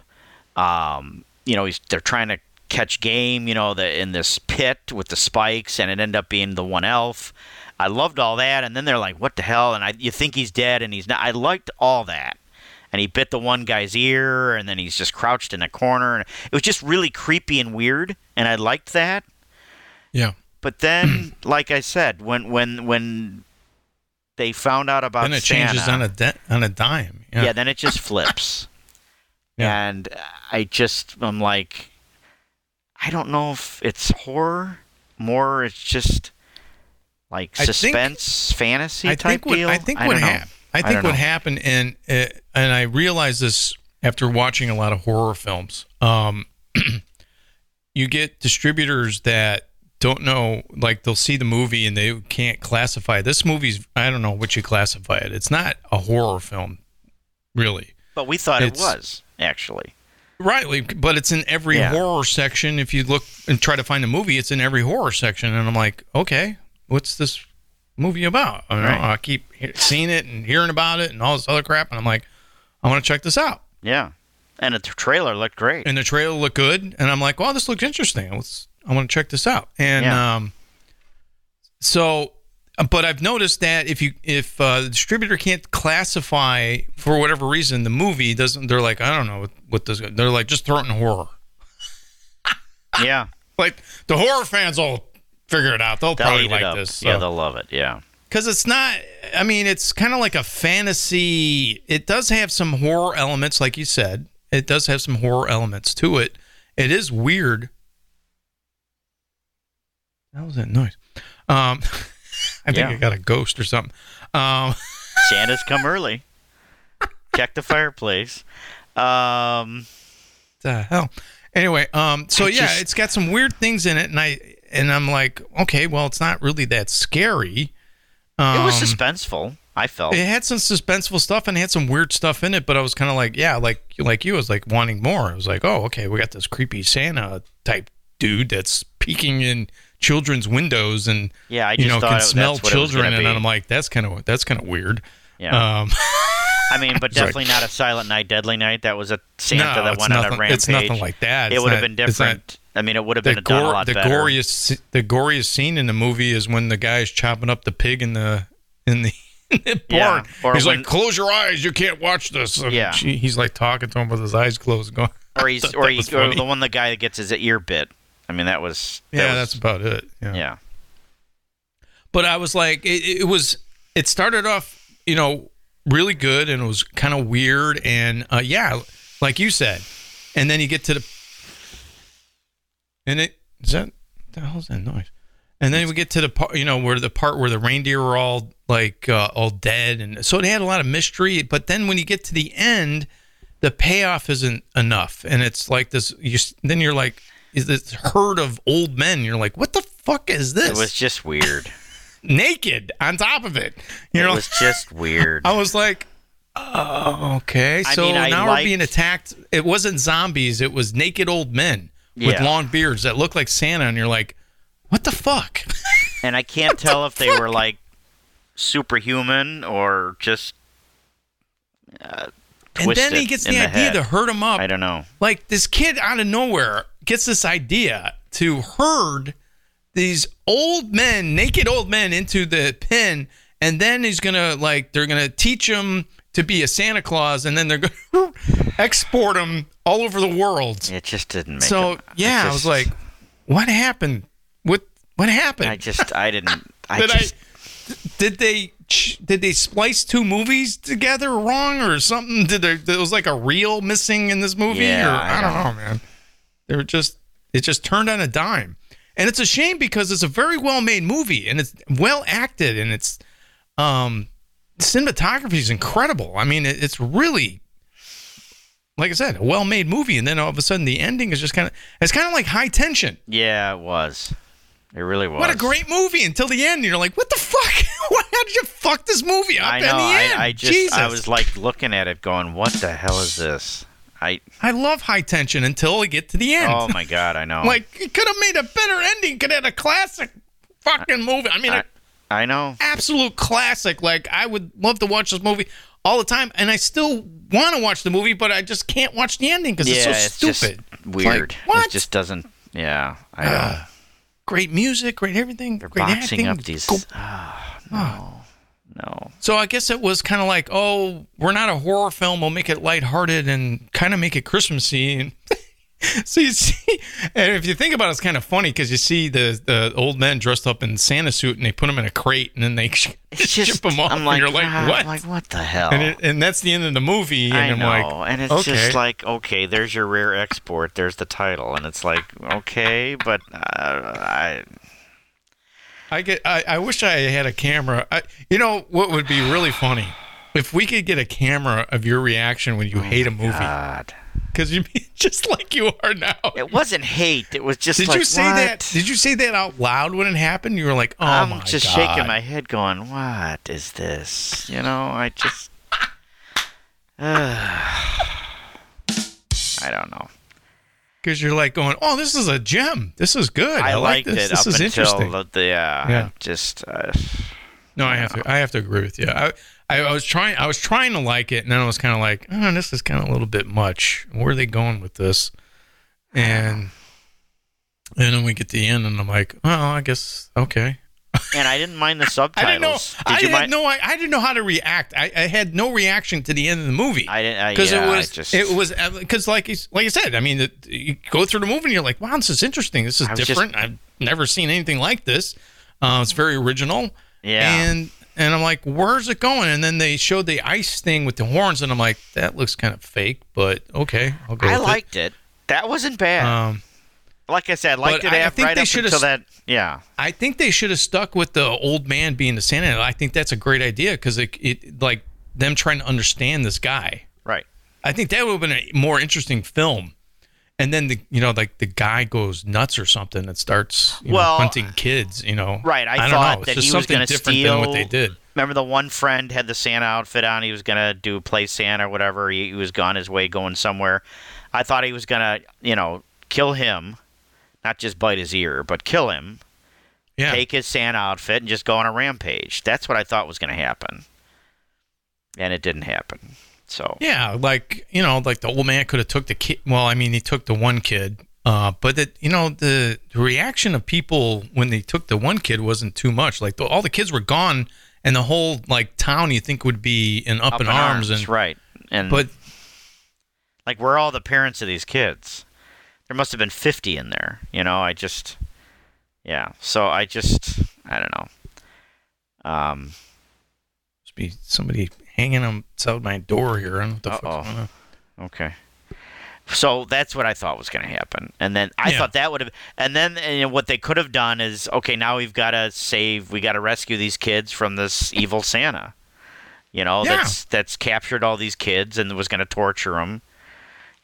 S7: Um, you know, he's they're trying to catch game. You know, the in this pit with the spikes, and it ended up being the one elf. I loved all that, and then they're like, "What the hell?" And I, you think he's dead, and he's not. I liked all that, and he bit the one guy's ear, and then he's just crouched in a corner, and it was just really creepy and weird, and I liked that.
S8: Yeah.
S7: But then, like I said, when when when they found out about
S8: Then it
S7: Santa,
S8: changes on a di- on a dime.
S7: yeah. then it just flips and i just i'm like i don't know if it's horror more it's just like
S8: I think-
S7: suspense fantasy type
S8: what,
S7: deal
S8: I think
S7: I
S8: what
S7: don't know.
S8: happened. I think
S7: don't
S8: what
S7: know.
S8: happened, and uh, and I realized this after watching a lot of horror films. Um, you get distributors that don't know, like they'll see the movie and they can't classify this movie's. I don't know what you classify it. It's not a horror film, really.
S7: but we thought it
S8: It's-
S7: was actually
S8: Rightly, but it's in every
S7: Yeah.
S8: horror section. If you look and try to find a movie, it's in every horror section. And I'm like, okay, what's this movie about? I, don't know.
S7: Right.
S8: I keep he- seeing it and hearing about it and all this other crap. And I'm like, I want to check this out.
S7: yeah and the trailer looked great
S8: And the trailer looked good. And I'm like, wow, this looks interesting. Let's, I want to check this out. And um, so, uh, but I've noticed that if you if uh, the distributor can't classify for whatever reason the movie doesn't, they're like, I don't know what, what this. They're like, just throw it in horror.
S7: yeah
S8: like the horror fans will figure it out. They'll,
S7: They'll
S8: probably
S7: eat it
S8: like
S7: up.
S8: this.
S7: yeah they'll love it yeah
S8: because it's not. I mean, it's kind of like a fantasy. It does have some horror elements, like you said. It does have some horror elements to it. It is weird. That was that noise. Um, I think
S7: Yeah.
S8: I got a ghost or something. Um,
S7: santa's come early check the fireplace um
S8: the hell. Anyway, um, so
S7: I
S8: yeah,
S7: just-
S8: it's got some weird things in it, and I and I'm like, okay, well, it's not really that scary.
S7: it was
S8: Um, eh,
S7: suspenseful I felt.
S8: It had some suspenseful stuff and it had some weird stuff in it, but I was kind of like, yeah, like like you, I was like wanting more. I was like, oh, okay, we got this creepy Santa type dude that's peeking in children's windows and
S7: Yeah, I
S8: you
S7: just
S8: know
S7: thought
S8: can
S7: it-
S8: smell
S7: that's what it was
S8: children,
S7: gonna
S8: and
S7: be.
S8: I'm like, that's kind of that's kind of weird.
S7: Yeah.
S8: Um,
S7: I mean, but
S8: It's like-
S7: definitely not a Silent Night, Deadly Night. That was a Santa
S8: No,
S7: that
S8: it's
S7: went on a
S8: nothing-
S7: rampage.
S8: it's nothing like that.
S7: It
S8: It's
S7: would have
S8: not-
S7: been
S8: it's not-
S7: different. I mean, it would have
S8: the
S7: been done a
S8: gore,
S7: lot
S8: the
S7: better.
S8: goriest, s- the goriest scene in the movie is when the guy's chopping up the pig in the in the
S7: yeah, or
S8: he's
S7: when-
S8: like, close your eyes, you can't watch this. And
S7: Yeah.
S8: she- he's like talking to him with his eyes closed, going,
S7: or he's
S8: that
S7: or
S8: was
S7: he's or
S8: funny.
S7: the one the guy that gets his ear bit. I mean, that was that
S8: yeah,
S7: was-
S8: that's about it. Yeah.
S7: yeah.
S8: But I was like, it, it was, it started off, you know, really good and it was kind of weird. And uh, yeah, like you said. And then you get to the, and it, is that, what the hell's that noise? And then we get to the part, you know, where the part where the reindeer were all like uh, all dead, and so it had a lot of mystery. But then when you get to the end, the payoff isn't enough, and it's like this. You s- then you're like, is this herd of old men? You're like, what the fuck is this?
S7: It was just weird.
S8: naked on top of it. You
S7: it
S8: know,
S7: was just weird.
S8: I was like, oh, okay.
S7: I
S8: So
S7: mean, I
S8: now
S7: liked-
S8: we're being attacked. It wasn't zombies. It was naked old men with
S7: Yeah.
S8: long beards that look like Santa, and you're like, what the fuck?
S7: and I can't tell if they were like superhuman or just. Uh,
S8: And then he
S7: twisted
S8: gets
S7: in
S8: the idea
S7: head.
S8: to hurt him up.
S7: I don't know.
S8: Like this kid out of nowhere gets this idea to herd these old men, naked old men, into the pen, and then he's gonna like they're gonna teach him to be a Santa Claus, and then they're gonna export him all over the world.
S7: It just didn't make.
S8: so
S7: it-
S8: yeah, I was
S7: just-
S8: like, what happened? What what happened?
S7: I just, I didn't. I
S8: did
S7: just,
S8: I, did they ch- did they splice two movies together wrong or something? Did there, there was like a reel missing in this movie?
S7: Yeah,
S8: or,
S7: I
S8: I, don't know, man. They were just it just turned on a dime, and it's a shame because it's a very well made movie and it's well acted and it's um cinematography is incredible. I mean, it, it's really like I said, a well made movie, and then all of a sudden the ending is just kind of it's kind of like high tension.
S7: yeah, it was. It really was.
S8: What a great movie until the end. You're like, what the fuck? Why how did you fuck this movie up
S7: I
S8: in
S7: know.
S8: the
S7: I,
S8: end?
S7: I just,
S8: Jesus.
S7: I was like looking at it, going, "What the hell is this?" I.
S8: I love high tension until we get to the end.
S7: Oh my god, I know.
S8: Like it could have made a better ending. Could have had a classic fucking movie. I mean,
S7: I,
S8: an
S7: I know.
S8: absolute classic. Like I would love to watch this movie all the time, and I still want to watch the movie, but I just can't watch the ending because
S7: yeah,
S8: it's so
S7: just
S8: stupid. It's like,
S7: weird.
S8: what?
S7: It just doesn't. Yeah, I know.
S8: Ugh. great music, great everything,
S7: They're
S8: great
S7: boxing
S8: acting.
S7: up these.
S8: Go-
S7: Ah, no, no.
S8: So I guess it was kind of like, oh, we're not a horror film. We'll make it lighthearted and kind of make it Christmassy. And so you see, and if you think about it, it's kind of funny because you see the the old men dressed up in Santa suit and they put them in a crate and then they ship
S7: It's just.
S8: them off.
S7: I'm like,
S8: and
S7: "Ah,"
S8: you're like,
S7: I'm
S8: what?
S7: like, what the hell?
S8: and, it, and that's the end of the movie. And
S7: I
S8: am
S7: know,
S8: like,
S7: and it's
S8: okay.
S7: just like, okay, there's your rare export, there's the title, and it's like, okay, but uh, I,
S8: I get. I, I wish I had a camera. I, you know what would be really funny if we could get a camera of your reaction when you hate a movie
S7: Oh God,
S8: because you'd be just like you are now.
S7: it wasn't hate. It was just.
S8: Did
S7: like,
S8: you say
S7: what?
S8: that? Did you say that out loud when it happened? You were like, "Oh my
S7: I'm just
S8: God.
S7: shaking my head, going, "What is this?" You know, I just, I don't know.
S8: because you're like going, "Oh, this is a gem. This is good. I,
S7: I,
S8: like
S7: liked
S8: this.
S7: it
S8: this
S7: up
S8: is
S7: until
S8: interesting."
S7: the, the yeah,
S8: Yeah.
S7: just uh,
S8: no, I have to. I have to agree with you. I, I, I was trying. I was trying to like it, and then I was kind of like, "Oh, this is kind of a little bit much. Where are they going with this?" And and then we get to the end, and I'm like, "Oh, I guess okay."
S7: and I didn't mind the
S8: I
S7: subtitles.
S8: didn't know.
S7: Did
S8: I
S7: you
S8: didn't
S7: mind?
S8: know. I, I didn't know how to react. I, I had no reaction to the end of the movie.
S7: I didn't. I-
S8: because
S7: yeah,
S8: it
S7: I
S8: was
S7: just,
S8: it was because like you s- like I said, I mean, it, you go through the movie and you're like, wow, this is interesting. This is
S7: I was just-
S8: different. I've never seen anything like this. Uh, it's very original.
S7: Yeah.
S8: And and I'm like, where's it going? And then they showed the ice thing with the horns, and I'm like, that looks kind of fake, but okay, I'll go.
S7: I
S8: with
S7: liked it. That wasn't
S8: It.
S7: bad.
S8: Um,
S7: like I said, I liked
S8: but
S7: it
S8: I- I
S7: af-
S8: think
S7: right
S8: they
S7: up
S8: should've
S7: until
S8: s-
S7: that. Yeah,
S8: I think they should have stuck with the old man being the Santa. I think that's a great idea because it, it like them trying to understand this guy.
S7: right.
S8: I think that would have been a more interesting film. And then the you know like the guy goes nuts or something and starts you know,
S7: Well,
S8: hunting kids. You know,
S7: Right, I
S8: don't
S7: thought
S8: know. It's
S7: that
S8: just
S7: he was
S8: something
S7: gonna
S8: different than what they
S7: steal-
S8: did.
S7: Remember the one friend had the Santa outfit on. He was gonna do play Santa or whatever. He, he was gone his way, going somewhere. I thought he was gonna, you know, kill him, not just bite his ear, but kill him.
S8: Yeah.
S7: Take his Santa outfit and just go on a rampage. That's what I thought was gonna happen, and it didn't happen. So
S8: Yeah, like you know, like the old man could have took the kid. Well, I mean, he took the one kid, uh, but that you know, the the reaction of people when they took the one kid wasn't too much. Like the, all the kids were gone, and the whole like town you think would be in up, in arms, and
S7: right. And
S8: but
S7: Like, where are all the parents of these kids? There must have been 50 in there. You know, I just, yeah. So I just, I don't know. Um,
S8: must be somebody hanging outside my door here. I don't know what the fuck's
S7: Uh-oh.
S8: going on.
S7: okay. So that's what I thought was going to happen, and then I
S8: Yeah.
S7: thought that would have, and then and, you know, what they could have done is, okay, now we've got to save, we got to rescue these kids from this evil Santa, you know,
S8: Yeah.
S7: that's that's captured all these kids and was going to torture them.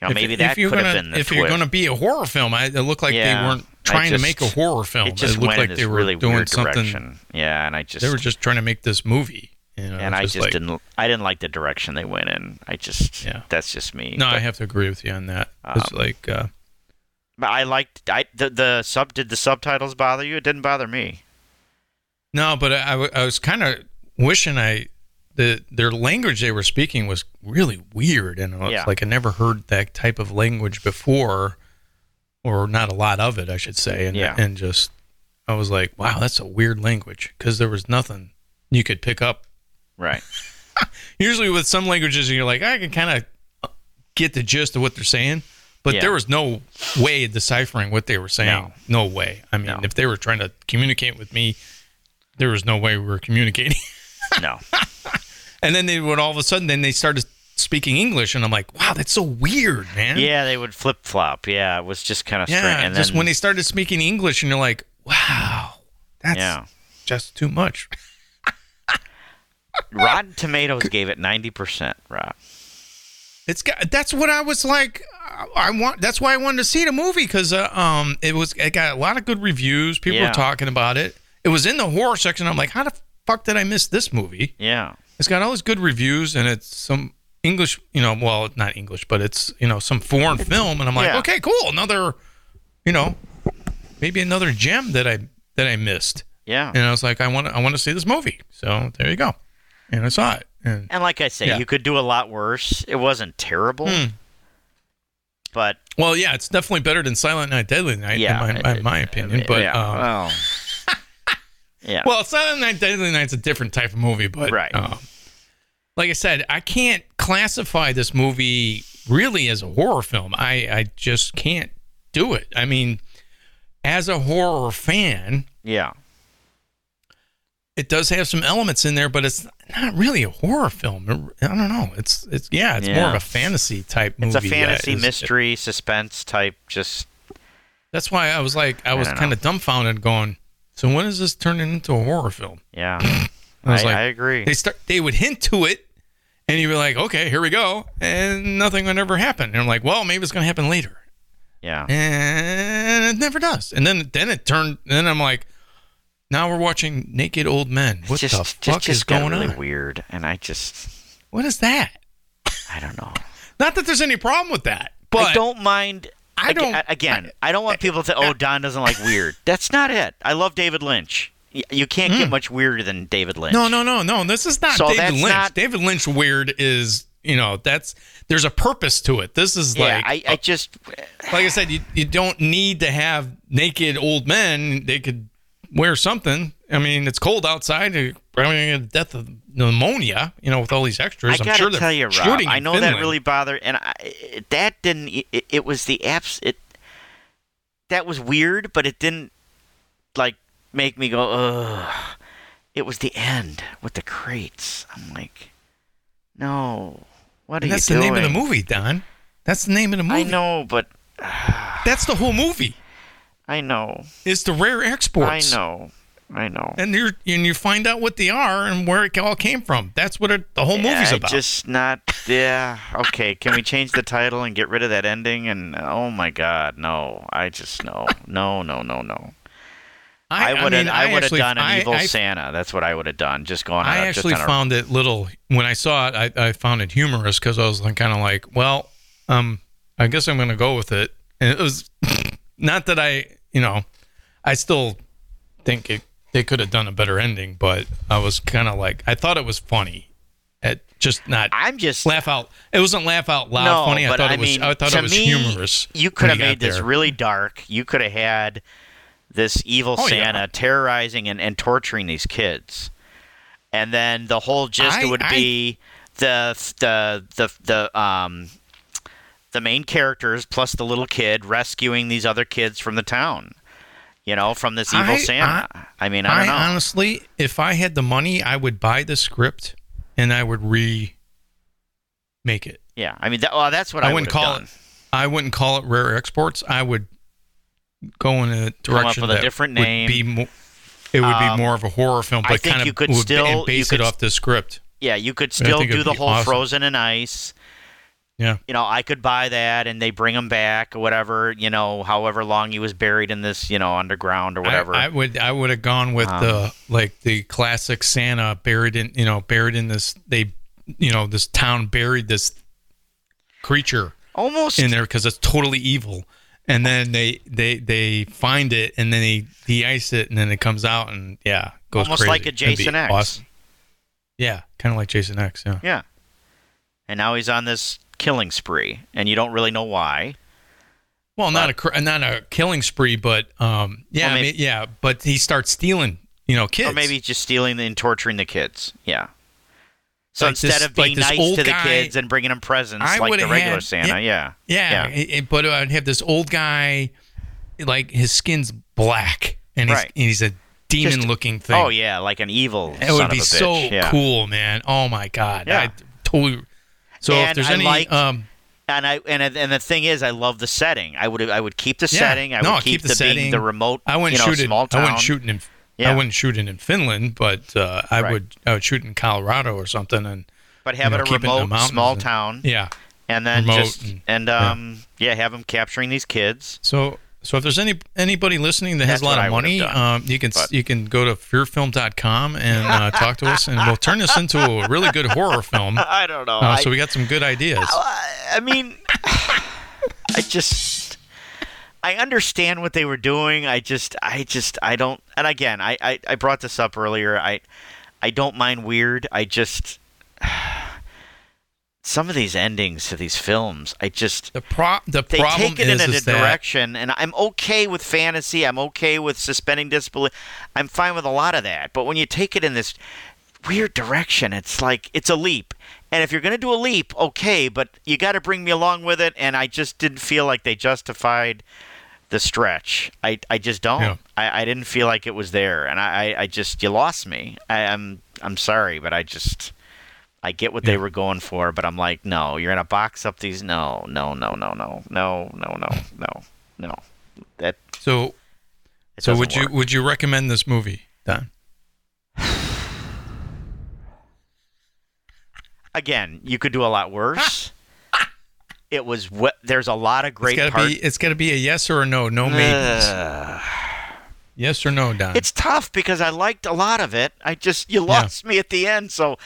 S7: You know,
S8: If-
S7: maybe
S8: if
S7: that
S8: you're
S7: could have
S8: gonna-
S7: been the
S8: if
S7: twist.
S8: you're going to be a horror film, I, it looked like
S7: Yeah,
S8: they weren't
S7: I
S8: trying
S7: just-
S8: to make a horror film.
S7: It just
S8: looked
S7: went in
S8: like
S7: this
S8: they were
S7: really
S8: doing
S7: weird
S8: something.
S7: direction. Yeah, and I just
S8: They were just trying to make this movie. you know,
S7: and I just
S8: like-
S7: didn't. I didn't like the direction they went in. I just
S8: Yeah.
S7: that's just me.
S8: No,
S7: but,
S8: I have to agree with you on that. It's
S7: Um,
S8: like uh,
S7: but I liked. I the, the sub did the subtitles bother you? It didn't bother me.
S8: no, but I, I w- I was kind of wishing I the their language they were speaking was really weird, and it's
S7: Yeah.
S8: like I never heard that type of language before, or not a lot of it, I should say, and
S7: Yeah.
S8: and just I was like, wow, that's a weird language because there was nothing you could pick up.
S7: Right.
S8: Usually with some languages, you're like, I can kind of get the gist of what they're saying. But
S7: Yeah.
S8: there was no way of deciphering what they were saying.
S7: No.
S8: No, way. I mean,
S7: No.
S8: if they were trying to communicate with me, there was no way we were communicating.
S7: No.
S8: and then they would all of a sudden, then they started speaking English, and I'm like, wow, that's so weird, man.
S7: yeah, they would flip flop. Yeah, it was just kind of
S8: yeah.
S7: strange. And
S8: just
S7: then,
S8: when they started speaking English, and you're like, wow, that's
S7: yeah,
S8: just too much.
S7: Rotten Tomatoes gave it ninety percent. Rob.
S8: It's got. That's what I was like. I I want. That's why I wanted to see the movie because uh, um, it was. It got a lot of good reviews. People
S7: Yeah.
S8: were talking about it. It was in the horror section. I'm like, how the fuck did I miss this movie?
S7: Yeah.
S8: It's got all these good reviews and it's some English. You know, well, not English, but it's you know some foreign film. And I'm like,
S7: Yeah.
S8: okay, cool. Another, you know, maybe another gem that I that I missed.
S7: Yeah.
S8: And I was like, I want. to I want to see this movie. So there you go. And I saw it. And
S7: And like I say,
S8: Yeah.
S7: you could do a lot worse. It wasn't terrible,
S8: Hmm.
S7: but
S8: Well, yeah, it's definitely better than Silent Night, Deadly Night,
S7: Yeah,
S8: in
S7: it-
S8: my, in my opinion. But
S7: yeah.
S8: um,
S7: well, yeah.
S8: well, Silent Night, Deadly Night's a different type of movie. But
S7: Right.
S8: um, like I said, I can't classify this movie really as a horror film. I I just can't do it. I mean, as a horror fan,
S7: yeah.
S8: it does have some elements in there, but it's not really a horror film. I don't know. It's it's yeah, it's more
S7: Yeah.
S8: of a fantasy type movie.
S7: It's a
S8: that
S7: fantasy
S8: is-
S7: mystery suspense type. Just
S8: That's why I was like, I was
S7: don't know.
S8: kind of dumbfounded, going, "So when is this turning into a horror film?"
S7: yeah,
S8: I
S7: I,
S8: was like,
S7: I agree.
S8: They start, they would hint to it, and you'd be like, "Okay, here we go," and nothing would ever happen. And I'm like, "Well, maybe it's gonna happen later,"
S7: Yeah,
S8: and it never does. And then, then it turned. Then I'm like, "Now we're watching naked old men. What
S7: just,
S8: the
S7: just,
S8: fuck
S7: just
S8: is
S7: got
S8: going
S7: really
S8: on?
S7: Weird, and I just
S8: What is that?
S7: I don't know.
S8: Not that there's any problem with that, but
S7: I don't mind.
S8: I
S7: ag-
S8: don't-
S7: Again, I, don't want people to. Oh, Don doesn't like weird. That's not it. I love David Lynch. Y- You can't get much weirder than David Lynch.
S8: Hmm. No, no, no, no. This is not
S7: So
S8: David
S7: that's
S8: Lynch.
S7: not-
S8: David Lynch weird is you know that's there's a purpose to it. This is
S7: Yeah,
S8: like uh,
S7: I, I just
S8: like I said, you, you don't need to have naked old men. They could wear something. I mean, it's cold outside. You're probably gonna get a death of pneumonia. You know, with all these extras,
S7: I
S8: am
S7: gotta
S8: sure they're
S7: tell you, Rob.
S8: shooting
S7: I
S8: in
S7: know
S8: Finland.
S7: that really bothered, and I, it- that didn't. It, it was the apps. It that was weird, but it didn't like make me go. Ugh. It was the end with the crates. I'm like, no. What are
S8: And that's
S7: you
S8: the name of the
S7: doing?
S8: movie, Don. That's the name of the movie.
S7: I know, but
S8: That's the whole movie.
S7: I know.
S8: It's the rare exports.
S7: I know. I know.
S8: And you and you find out what they are and where it all came from. That's what it, the whole
S7: Yeah,
S8: movie's
S7: I
S8: about.
S7: Just not. Yeah. Okay. Can we change the title and get rid of that ending? And oh my God, no. I just no, no, no, no, no. I, would have.
S8: mean,
S7: I, would have
S8: actually-
S7: done an
S8: I-
S7: evil
S8: I-
S7: Santa. That's what I would have done. Just going.
S8: I
S7: on, a-
S8: actually
S7: just on a-
S8: found it little when I saw it. I, I found it humorous because I was like, kind of like, well, um, I guess I'm gonna go with it. And it was not that I, you know, I still think it they could have done a better ending, but I was kind of like, I thought it was funny. It just not.
S7: I'm just
S8: laugh out. It wasn't laugh out loud
S7: no,
S8: Uh, funny. I
S7: but
S8: thought
S7: I
S8: it was.
S7: mean,
S8: I thought
S7: to
S8: it was
S7: me,
S8: humorous.
S7: You
S8: when
S7: could have
S8: got
S7: made this
S8: there.
S7: really dark. You could have had this evil
S8: Oh, yeah.
S7: Santa terrorizing and, and torturing these kids, and then the whole gist
S8: I-
S7: would
S8: I-
S7: be the the the the um the main characters plus the little kid rescuing these other kids from the town. You know, from this evil
S8: I-
S7: Santa. I, mean, I don't know.
S8: honestly, if I had the money, I would buy the script and I would re make it.
S7: yeah, I mean, that, well, that's what I, would've
S8: wouldn't call
S7: done.
S8: it. I wouldn't call it rare exports. I would go in a
S7: Come up
S8: direction
S7: with a
S8: that
S7: different
S8: would
S7: name.
S8: Be mo- it would
S7: Um,
S8: be more of a horror film,
S7: I
S8: but
S7: think
S8: kind of
S7: you could
S8: would be-
S7: still- you
S8: and base
S7: could
S8: it
S7: s-
S8: off the script.
S7: Yeah, you could
S8: I
S7: still
S8: think
S7: do
S8: it'd
S7: the
S8: be
S7: whole
S8: awesome.
S7: Frozen and Ice.
S8: Yeah.
S7: You know, I could buy that and they bring him back or whatever, you know, however long he was buried in this, you know, underground or
S8: I-
S7: whatever.
S8: I, would I would have gone with
S7: Um,
S8: the like the classic Santa buried in you know buried in this they you know this town buried this creature
S7: almost
S8: in there because it's totally evil and then they they they find it and then they de-ice it and then it comes out and yeah goes
S7: Almost
S8: crazy.
S7: like a
S8: It'd be
S7: Jason X.
S8: awesome. yeah kind of like Jason X yeah
S7: yeah. And now he's on this killing spree and you don't really know why.
S8: well not a cr- not a killing spree but um yeah
S7: Well,
S8: I
S7: maybe-
S8: mean, yeah but he starts stealing you know kids
S7: Or maybe he's just stealing and torturing the kids. Yeah. So
S8: Like this-
S7: instead of being
S8: like this
S7: nice
S8: old
S7: to the
S8: guy-
S7: kids and bringing them presents like
S8: I
S7: the
S8: would've
S7: regular
S8: had-
S7: Santa, yeah.
S8: Yeah, it- it- but I'd have this old guy, like his skin's black, and he's,
S7: Right.
S8: and he's a demon-looking thing.
S7: Oh yeah, like an evil.
S8: it
S7: son
S8: would
S7: of
S8: be
S7: a bitch.
S8: so
S7: yeah.
S8: cool, man. Oh my god,
S7: Yeah.
S8: I totally. So if
S7: And
S8: there's
S7: I
S8: any,
S7: liked-
S8: um,
S7: and I and and the thing is, I love the setting. I would I would keep the
S8: yeah,
S7: setting. I
S8: no,
S7: would keep, the, being
S8: setting.
S7: the remote.
S8: I wouldn't
S7: you know,
S8: shoot it.
S7: Small town.
S8: I wouldn't shoot it in.
S7: Yeah.
S8: I wouldn't shoot it in Finland, but uh, I
S7: Right.
S8: would. I would shoot in Colorado or something, and
S7: But
S8: you
S7: have
S8: know,
S7: it a
S8: keep in the
S7: remote
S8: mountains
S7: small
S8: and-
S7: town.
S8: Yeah.
S7: And then
S8: Remote
S7: just and,
S8: and-
S7: um yeah. have them capturing these kids.
S8: So so if there's any anybody listening that
S7: That's
S8: has a lot
S7: what I
S8: of
S7: would've
S8: money,
S7: done,
S8: um, you can s
S7: but-
S8: you can go to fearfilm.com and uh, talk to us, and we'll turn this into a really good horror film.
S7: I don't know.
S8: Uh,
S7: Oh, I,
S8: so we got some good ideas.
S7: I mean, I just I understand what they were doing. I just I just I don't. And again, I I, I brought this up earlier. I I don't mind weird. I just some of these endings to these films, I just
S8: The pro the
S7: they
S8: problem
S7: take it
S8: is,
S7: in a
S8: is that
S7: direction and i'm okay with fantasy i'm okay with suspending disbelief i'm fine with a lot of that but when you take it in this weird direction it's like it's a leap and if you're going to do a leap okay but you got to bring me along with it and i just didn't feel like they justified the stretch i, I just don't
S8: Yeah.
S7: I, I didn't feel like it was there and i, I, I just you lost me I, i'm i'm sorry but i just I get what they were going for, but I'm like, no, you're gonna box up these. No, no, no, no, no, no, no, no, no, no. That
S8: so
S7: it
S8: so
S7: doesn't work.
S8: would you would you recommend this movie, Don?
S7: again? You could do a lot worse. it was what there's a lot of great
S8: it's gotta
S7: parts.
S8: be it's gotta be a yes or a no, no maybes.
S7: Ugh.
S8: yes or no, Don.
S7: It's tough because I liked a lot of it. I just you lost me at the end, so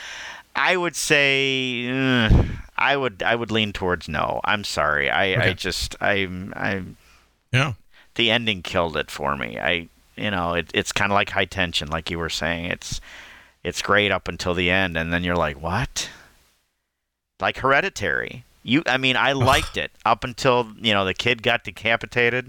S7: I would say ugh, I would I would lean towards no. I'm sorry. I I
S8: Okay.
S7: just I'm I'm
S8: yeah.
S7: the ending killed it for me. I you know it, it's kind of like high tension, like you were saying. It's it's great up until the end, and then you're like, what? Like Hereditary. You, I mean, I liked it up until you know the kid got decapitated,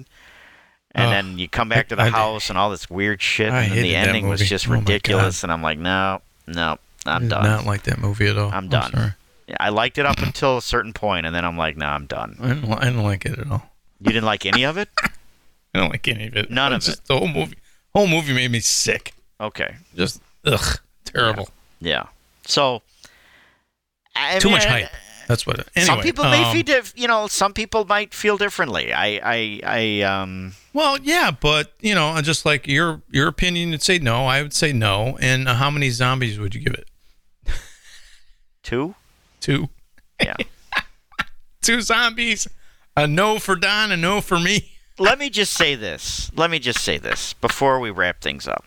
S7: and
S8: Ugh.
S7: then you come back to the
S8: I- I-
S7: house and all this weird shit,
S8: I
S7: and then the
S8: hated that
S7: ending was
S8: movie.
S7: just
S8: Oh my God.
S7: ridiculous, and I'm like, no, no,
S8: I
S7: I'm
S8: did
S7: done.
S8: Not like that movie at all.
S7: I'm
S8: I'm
S7: done.
S8: sorry.
S7: I liked it up until a certain point, and then I'm like, no, I'm done.
S8: I don't, I don't like it at all.
S7: You didn't like any of it?
S8: I don't like any of it.
S7: None of
S8: It's just The whole movie, whole movie made me sick.
S7: Okay,
S8: Just ugh, terrible.
S7: yeah. So I
S8: Too
S7: mean,
S8: much
S7: I-
S8: hype. That's what. Anyway,
S7: some people may
S8: um,
S7: feel diff- you know some people might feel differently. I I I um
S8: Well, yeah, but you know, I just like your your opinion, you'd say no. I would say no. And uh, how many zombies would you give it?
S7: two
S8: Two,
S7: yeah
S8: two zombies. A no for Don, a no for me.
S7: let me just say this. Let me just say this before we wrap things up.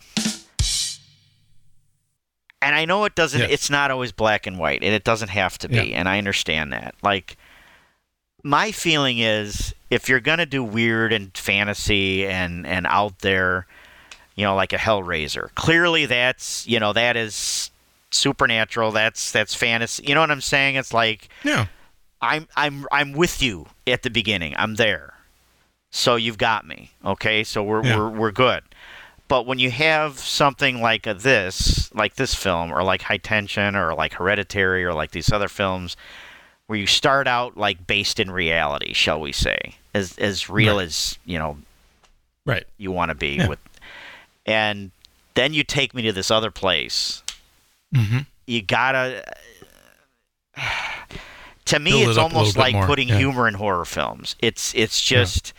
S7: And I know it doesn't.
S6: Yeah.
S7: It's not always black and white, and it doesn't have to be.
S6: Yeah.
S7: And I understand that. Like, my feeling is, if you're gonna do weird and fantasy and and out there, you know, like a Hellraiser, clearly that's you know that is supernatural. That's that's fantasy. You know what I'm saying? It's like
S8: yeah.
S7: I'm I'm I'm with you at the beginning. I'm there. So you've got me. Okay? So we're
S6: Yeah.
S7: we're we're good. But when you have something like a this, like this film or like High Tension or like Hereditary or like these other films where you start out like based in reality, shall we say, as as real
S6: Right.
S7: as, you know,
S8: right
S7: you want to be
S6: Yeah.
S7: with and then you take me to this other place
S6: Mm-hmm.
S7: you gotta. To me,
S6: Build it
S7: it's
S6: up a little
S7: almost
S6: bit
S7: like
S6: more,
S7: putting
S6: yeah.
S7: humor in horror films. It's it's just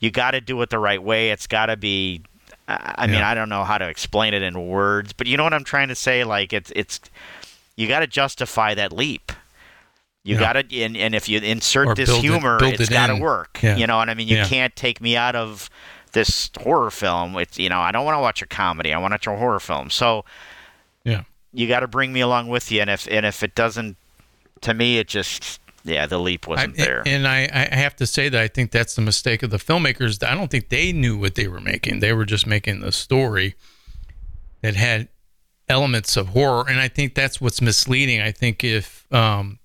S7: you got to do it the right way. It's got to be. I I mean, I don't know how to explain it in words, but you know what I'm trying to say. Like it's it's you got to justify that leap. You
S6: Yeah.
S7: got to and, and if you insert
S6: Or
S7: this
S6: build it-
S7: humor,
S6: build it
S7: it's got to
S6: in.
S7: work.
S6: Yeah.
S7: You know what I mean? You
S6: Yeah.
S7: can't take me out of this horror film. It's you know I don't want to watch a comedy. I want to watch a horror film. So
S8: Yeah.
S7: you got to bring me along with you. And if and if it doesn't, to me, it just yeah, the leap wasn't
S8: I-
S7: there.
S8: And I, I have to say that I think that's the mistake of the filmmakers. I don't think they knew what they were making. They were just making the story that had elements of horror, and I think that's what's misleading. I think if um,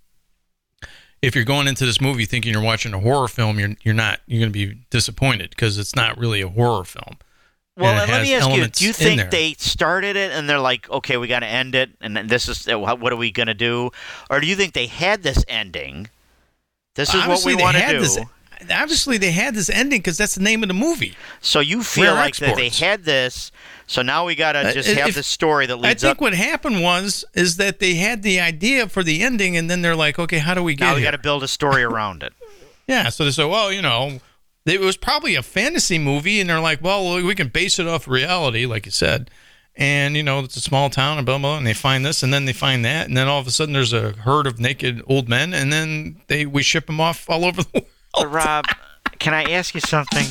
S8: if you're going into this movie thinking you're watching a horror film, you're you're not. You're going to be disappointed because it's not really a horror film.
S7: well,
S8: it
S7: and let
S8: has
S7: me ask you:
S8: elements
S7: Do you
S8: in there.
S7: think they started it and they're like, okay, we got to end it, and then this is uh, what are we gonna do? Or do you think they had this ending? This is
S8: Obviously,
S7: what
S8: they
S7: we want to
S8: had
S7: do.
S8: this- Obviously, they had this ending because that's the name of the movie.
S7: So you feel
S8: We're
S7: like that they
S8: exports.
S7: had this, so now we gotta
S8: Uh,
S7: just
S8: if-
S7: have the story that
S8: I
S7: leads
S8: think
S7: up.
S8: what happened was is that they had the idea for the ending, and then they're like, okay, how do we get
S7: now we
S8: here?
S7: got to build a story around it.
S8: Yeah, so they say, well, you know, it was probably a fantasy movie, and they're like, well, we can base it off reality, like you said. And, you know, it's a small town and blah, blah, and they find this, and then they find that, and then all of a sudden there's a herd of naked old men, and then they we ship them off all over the world.
S7: Rob, can I ask you something?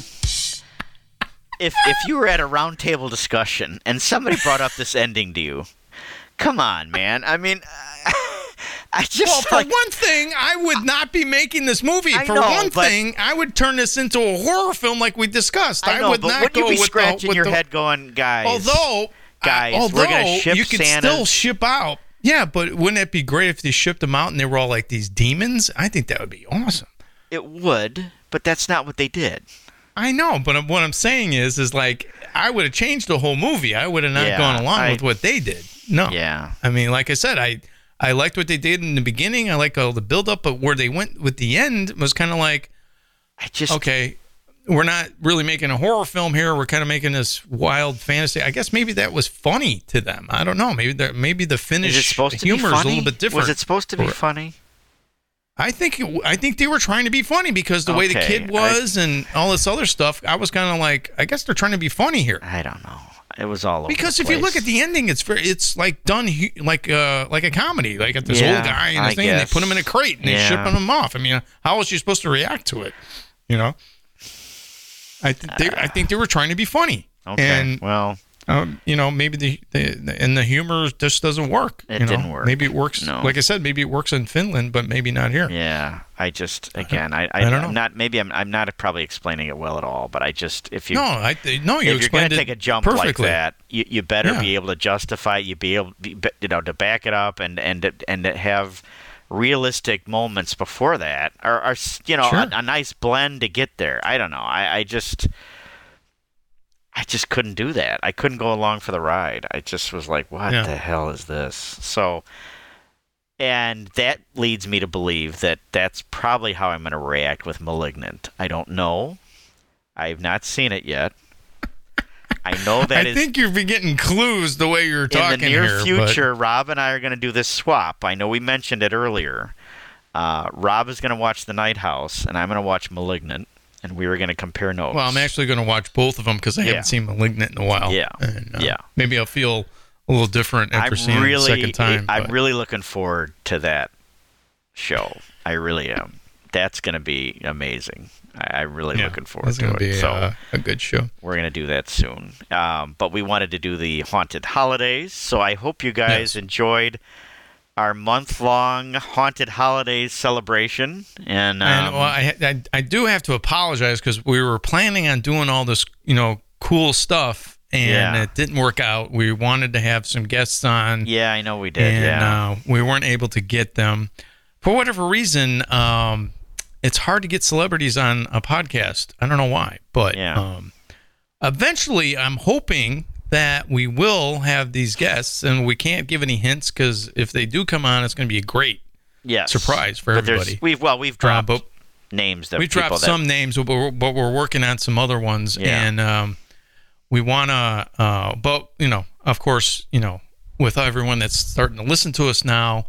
S7: If if you were at a roundtable discussion and somebody brought up this ending to you, come on, man. I mean, I just
S8: well, for
S7: like-
S8: one thing, I would not be making this movie.
S7: I
S8: for
S7: know,
S8: one
S7: but-
S8: thing, I would turn this into a horror film like we discussed. I,
S7: I know,
S8: would
S7: but
S8: not
S7: wouldn't
S8: go
S7: you be
S8: with
S7: scratching
S8: the, with
S7: your
S8: the-
S7: head going, guys?
S8: Although,
S7: guys,
S8: although
S7: we're gonna ship
S8: you could
S7: Santas.
S8: still ship out. Yeah, but wouldn't it be great if they shipped them out and they were all like these demons? I think that would be awesome.
S7: It would, but that's not what they did.
S8: I know, but what I'm saying is, is like I would have changed the whole movie. I would have not
S7: Yeah,
S8: gone along
S7: I-
S8: with what they did. No.
S7: Yeah.
S8: I mean, like I said, I I liked what they did in the beginning. I liked all the build up, but where they went with the end was kind of like,
S7: I just
S8: okay, we're not really making a horror film here. We're kind of making this wild fantasy. I guess maybe that was funny to them. I don't know. Maybe they're- maybe the
S7: Is
S8: finish
S7: it supposed to be
S8: humor
S7: funny?
S8: is a little bit different.
S7: Was it supposed to be
S8: Or-
S7: funny?
S8: I think it, I think they were trying to be funny because the way the
S7: Okay,
S8: kid
S7: I-
S8: was and all this other stuff. I was kind of like, I guess they're trying to be funny here.
S7: I don't know. It was all over
S8: Because
S7: the
S8: if you look
S7: place.
S8: at the ending, it's very, it's like done hu- like uh like a comedy. Like at this
S7: Yeah,
S8: old guy and
S7: I
S8: this thing, and they
S7: guess.
S8: put him in a crate and
S7: Yeah.
S8: they ship him off. I mean, how was you supposed to react to it? You know, I th- they, I think they were trying to be funny.
S7: Okay,
S8: And
S7: well,
S8: um, you know, maybe the, the, the and the humor just doesn't work.
S7: It
S8: you know?
S7: didn't work.
S8: Maybe it works.
S7: No.
S8: Like I said, maybe it works in Finland, but maybe not here.
S7: Yeah, I just again, I, I,
S8: I don't
S7: am
S8: know.
S7: not maybe I'm I'm not probably explaining it well at all, but I just if you
S8: No, I- no, you
S7: if you're going
S8: explained
S7: to
S8: it
S7: take a jump
S8: perfectly.
S7: like that, you, you better
S8: Yeah.
S7: be able to justify it. You be able be, be- you know to back it up and and to- and to have realistic moments before that or, or s- you know
S6: Sure.
S7: a, a nice blend to get there. I don't know. I, I just I just couldn't do that. I couldn't go along for the ride. I just was like, what
S6: Yeah.
S7: the hell is this? So, and that leads me to believe that that's probably how I'm going to react with Malignant. I don't know. I've not seen it yet. I know that
S8: I
S7: is
S8: think you're getting clues the way you're talking
S7: in the near
S8: here, but-
S7: future, Rob and I are going to do this swap. I know we mentioned it earlier. Uh, Rob is going to watch The Night House, and I'm going to watch Malignant, and we were going to compare notes.
S8: Well, I'm actually going to watch both of them because I
S7: Yeah.
S8: haven't seen *Malignant* in a while.
S7: Yeah.
S8: and, uh,
S7: Yeah.
S8: Maybe I'll feel a little different after seeing it the second time.
S7: I'm
S8: but-
S7: really looking forward to that show. I really am. that's going to be amazing. I, I'm really looking forward
S8: That's
S7: to
S8: gonna
S7: it.
S8: be
S7: so
S8: uh, a good show.
S7: we're going to do that soon. Um, but we wanted to do the haunted holidays, so I hope you guys enjoyed our month-long haunted holidays celebration. And, um,
S8: And well, I, I I do have to apologize because we were planning on doing all this, you know, cool stuff, and
S7: Yeah.
S8: it didn't work out. We wanted to have some guests on.
S7: Yeah, I know we did.
S8: and,
S7: yeah.
S8: uh, we weren't able to get them for whatever reason. Um, it's hard to get celebrities on a podcast. I don't know why, but um, eventually, I'm hoping that we will have these guests, and we can't give any hints because if they do come on, it's going to be a great
S7: Yes.
S8: surprise for
S7: But there's-
S8: everybody.
S7: We've well, we've
S8: Uh,
S7: dropped
S8: but
S7: names that
S8: we
S7: people
S8: dropped
S7: that-
S8: some names, but we're, but we're working on some other ones,
S7: Yeah.
S8: and um, we want to. Uh, but you know, of course, you know, with everyone that's starting to listen to us now,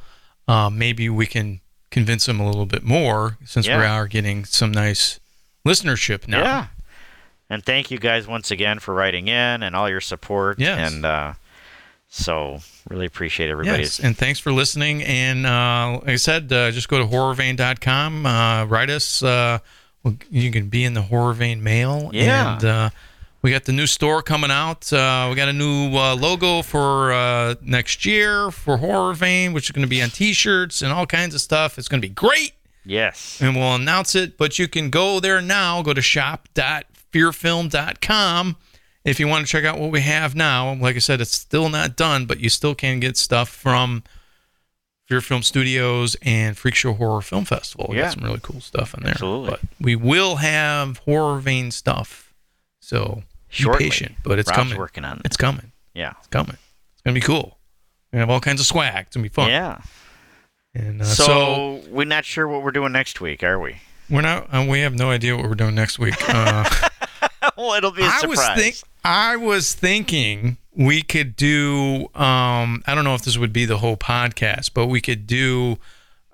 S8: uh, maybe we can convince them a little bit more since we
S7: Yeah.
S8: are getting some nice listenership now.
S7: Yeah. And thank you guys once again for writing in and all your support.
S8: Yes.
S7: And uh, so really appreciate everybody's.
S8: Yes, and thanks for listening. And uh, like I said, uh, just go to horrorvein.com, uh, write us. Uh, we'll- you can be in the Horror Vein mail.
S7: Yeah.
S8: And uh, we got the new store coming out. Uh, we got a new uh, logo for uh, next year for Horror Vein, which is going to be on t shirts and all kinds of stuff. It's going to be great.
S7: Yes.
S8: And we'll announce it, but you can go there now. Go to shop.fearfilm.com if you want to check out what we have now. Like I said, it's still not done, but you still can get stuff from Fear Film Studios and Freak Show Horror Film Festival. We
S7: Yeah.
S8: got some really cool stuff in there.
S7: Absolutely.
S8: But we will have horror vein stuff. So
S7: Shortly.
S8: be patient, but it's
S7: Rob's
S8: coming.
S7: working on it.
S8: It's coming.
S7: Yeah.
S8: It's coming. It's going to be cool. We're going to have all kinds of swag. It's going to be fun.
S7: Yeah.
S8: And uh,
S7: so,
S8: so
S7: we're not sure what we're doing next week, are we?
S8: We're not. Um, we have no idea what we're doing next week. Uh,
S7: well, it'll be a
S8: I was
S7: surprise.
S8: think. I was thinking we could do. Um, I don't know if this would be the whole podcast, but we could do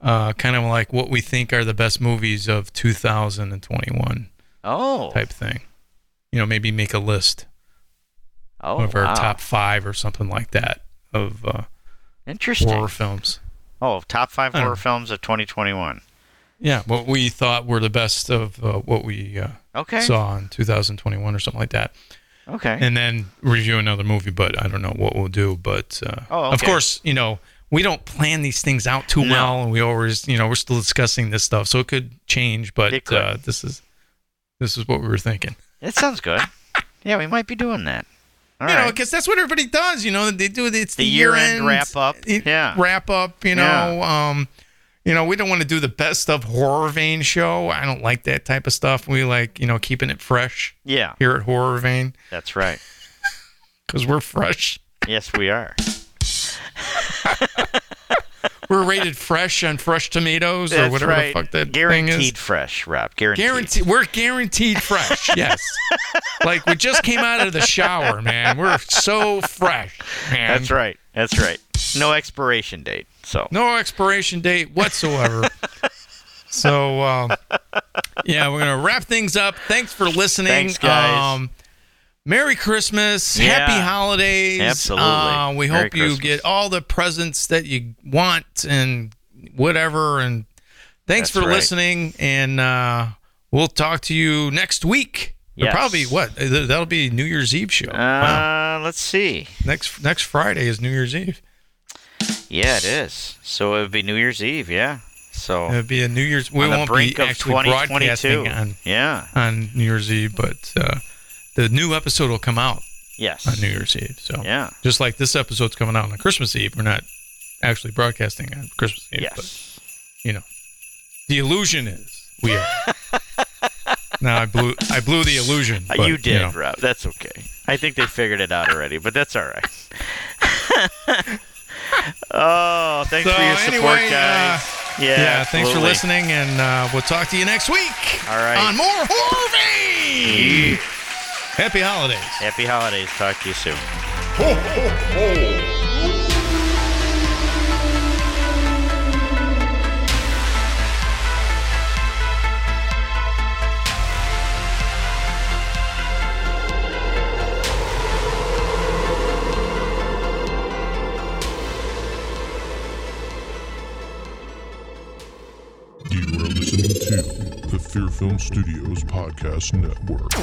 S8: uh, kind of like what we think are the best movies of 2021
S7: oh.
S8: type thing. You know, maybe make a list
S7: Oh.
S8: of our
S7: wow.
S8: top five or something like that of uh,
S7: Interesting.
S8: horror films.
S7: Oh, top five
S8: I don't
S7: horror
S8: know.
S7: films of 2021.
S8: Yeah, what we thought were the best of uh, what we uh,
S7: Okay.
S8: saw in 2021 or something like that.
S7: Okay.
S8: and then review another movie. But I don't know what we'll do. But uh,
S7: Oh,
S8: of
S7: okay.
S8: course, you know we don't plan these things out too
S7: No.
S8: well, and we always, you know, we're still discussing this stuff, so it could change. But
S7: It could.
S8: Uh, this is this is what we were thinking.
S7: That sounds good. yeah, we might be doing that. All right.
S8: you know, because that's what everybody does. You know, they do it's the,
S7: The year-end wrap up.
S8: it-
S7: Yeah.
S8: wrap up. You know, um, you know, we don't want to do the best of horror vein show. I don't like that type of stuff. We like you know keeping it fresh
S7: yeah.
S8: here at Horror Vein
S7: That's right.
S8: because we're fresh.
S7: Yes, we are.
S8: We're rated fresh on fresh tomatoes or
S7: That's
S8: whatever
S7: right.
S8: the fuck that
S7: Guaranteed
S8: thing is.
S7: fresh, Rob. Guaranteed.
S8: Guaranteed. We're guaranteed fresh. Yes. like we just came out of the shower, man. We're so fresh, man.
S7: That's right. That's right. No expiration date. So
S8: No expiration date whatsoever. so, um, yeah, we're gonna wrap things up. Thanks for listening,
S7: Thanks, guys.
S8: Um, Merry Christmas,
S7: Yeah.
S8: Happy Holidays.
S7: Absolutely.
S8: Uh, we
S7: Merry
S8: hope
S7: Christmas.
S8: you get all the presents that you want and whatever. And
S7: That's
S8: thanks for
S7: right.
S8: listening. And uh, we'll talk to you next week. Or
S7: Yes.
S8: Probably what Uh, that'll be New Year's Eve
S7: uh,
S8: show. Wow.
S7: let's see.
S8: Next next Friday is New Year's Eve.
S7: Yeah, it is. So it would be New Year's Eve. Yeah. So
S8: It'd be a New Year's. Uh, We
S7: on the
S8: won't
S7: brink
S8: be
S7: of
S8: actually broadcasting
S7: 2022.
S8: on
S7: Yeah.
S8: on New Year's Eve, but uh, the new episode will come out
S7: Yes.
S8: on New Year's Eve. So
S7: Yeah.
S8: just like this episode's coming out on Christmas Eve, we're not actually broadcasting on Christmas Eve. But
S7: Yes.
S8: you know, the illusion is we are. now I blew I blew the illusion.
S7: Uh,
S8: but,
S7: you did,
S8: know.
S7: Rob. That's okay. I think they figured it out already, but that's all right. oh, thanks
S8: So
S7: for your support,
S8: anyway, uh,
S7: guys. yeah,
S8: Yeah, thanks for
S7: absolutely.
S8: listening, and uh, we'll talk to you next week
S7: All right.
S8: on more Horvey. Happy holidays.
S7: Happy holidays. Talk to you soon.
S1: You are listening to
S2: to the Fear Film Studios Podcast Network.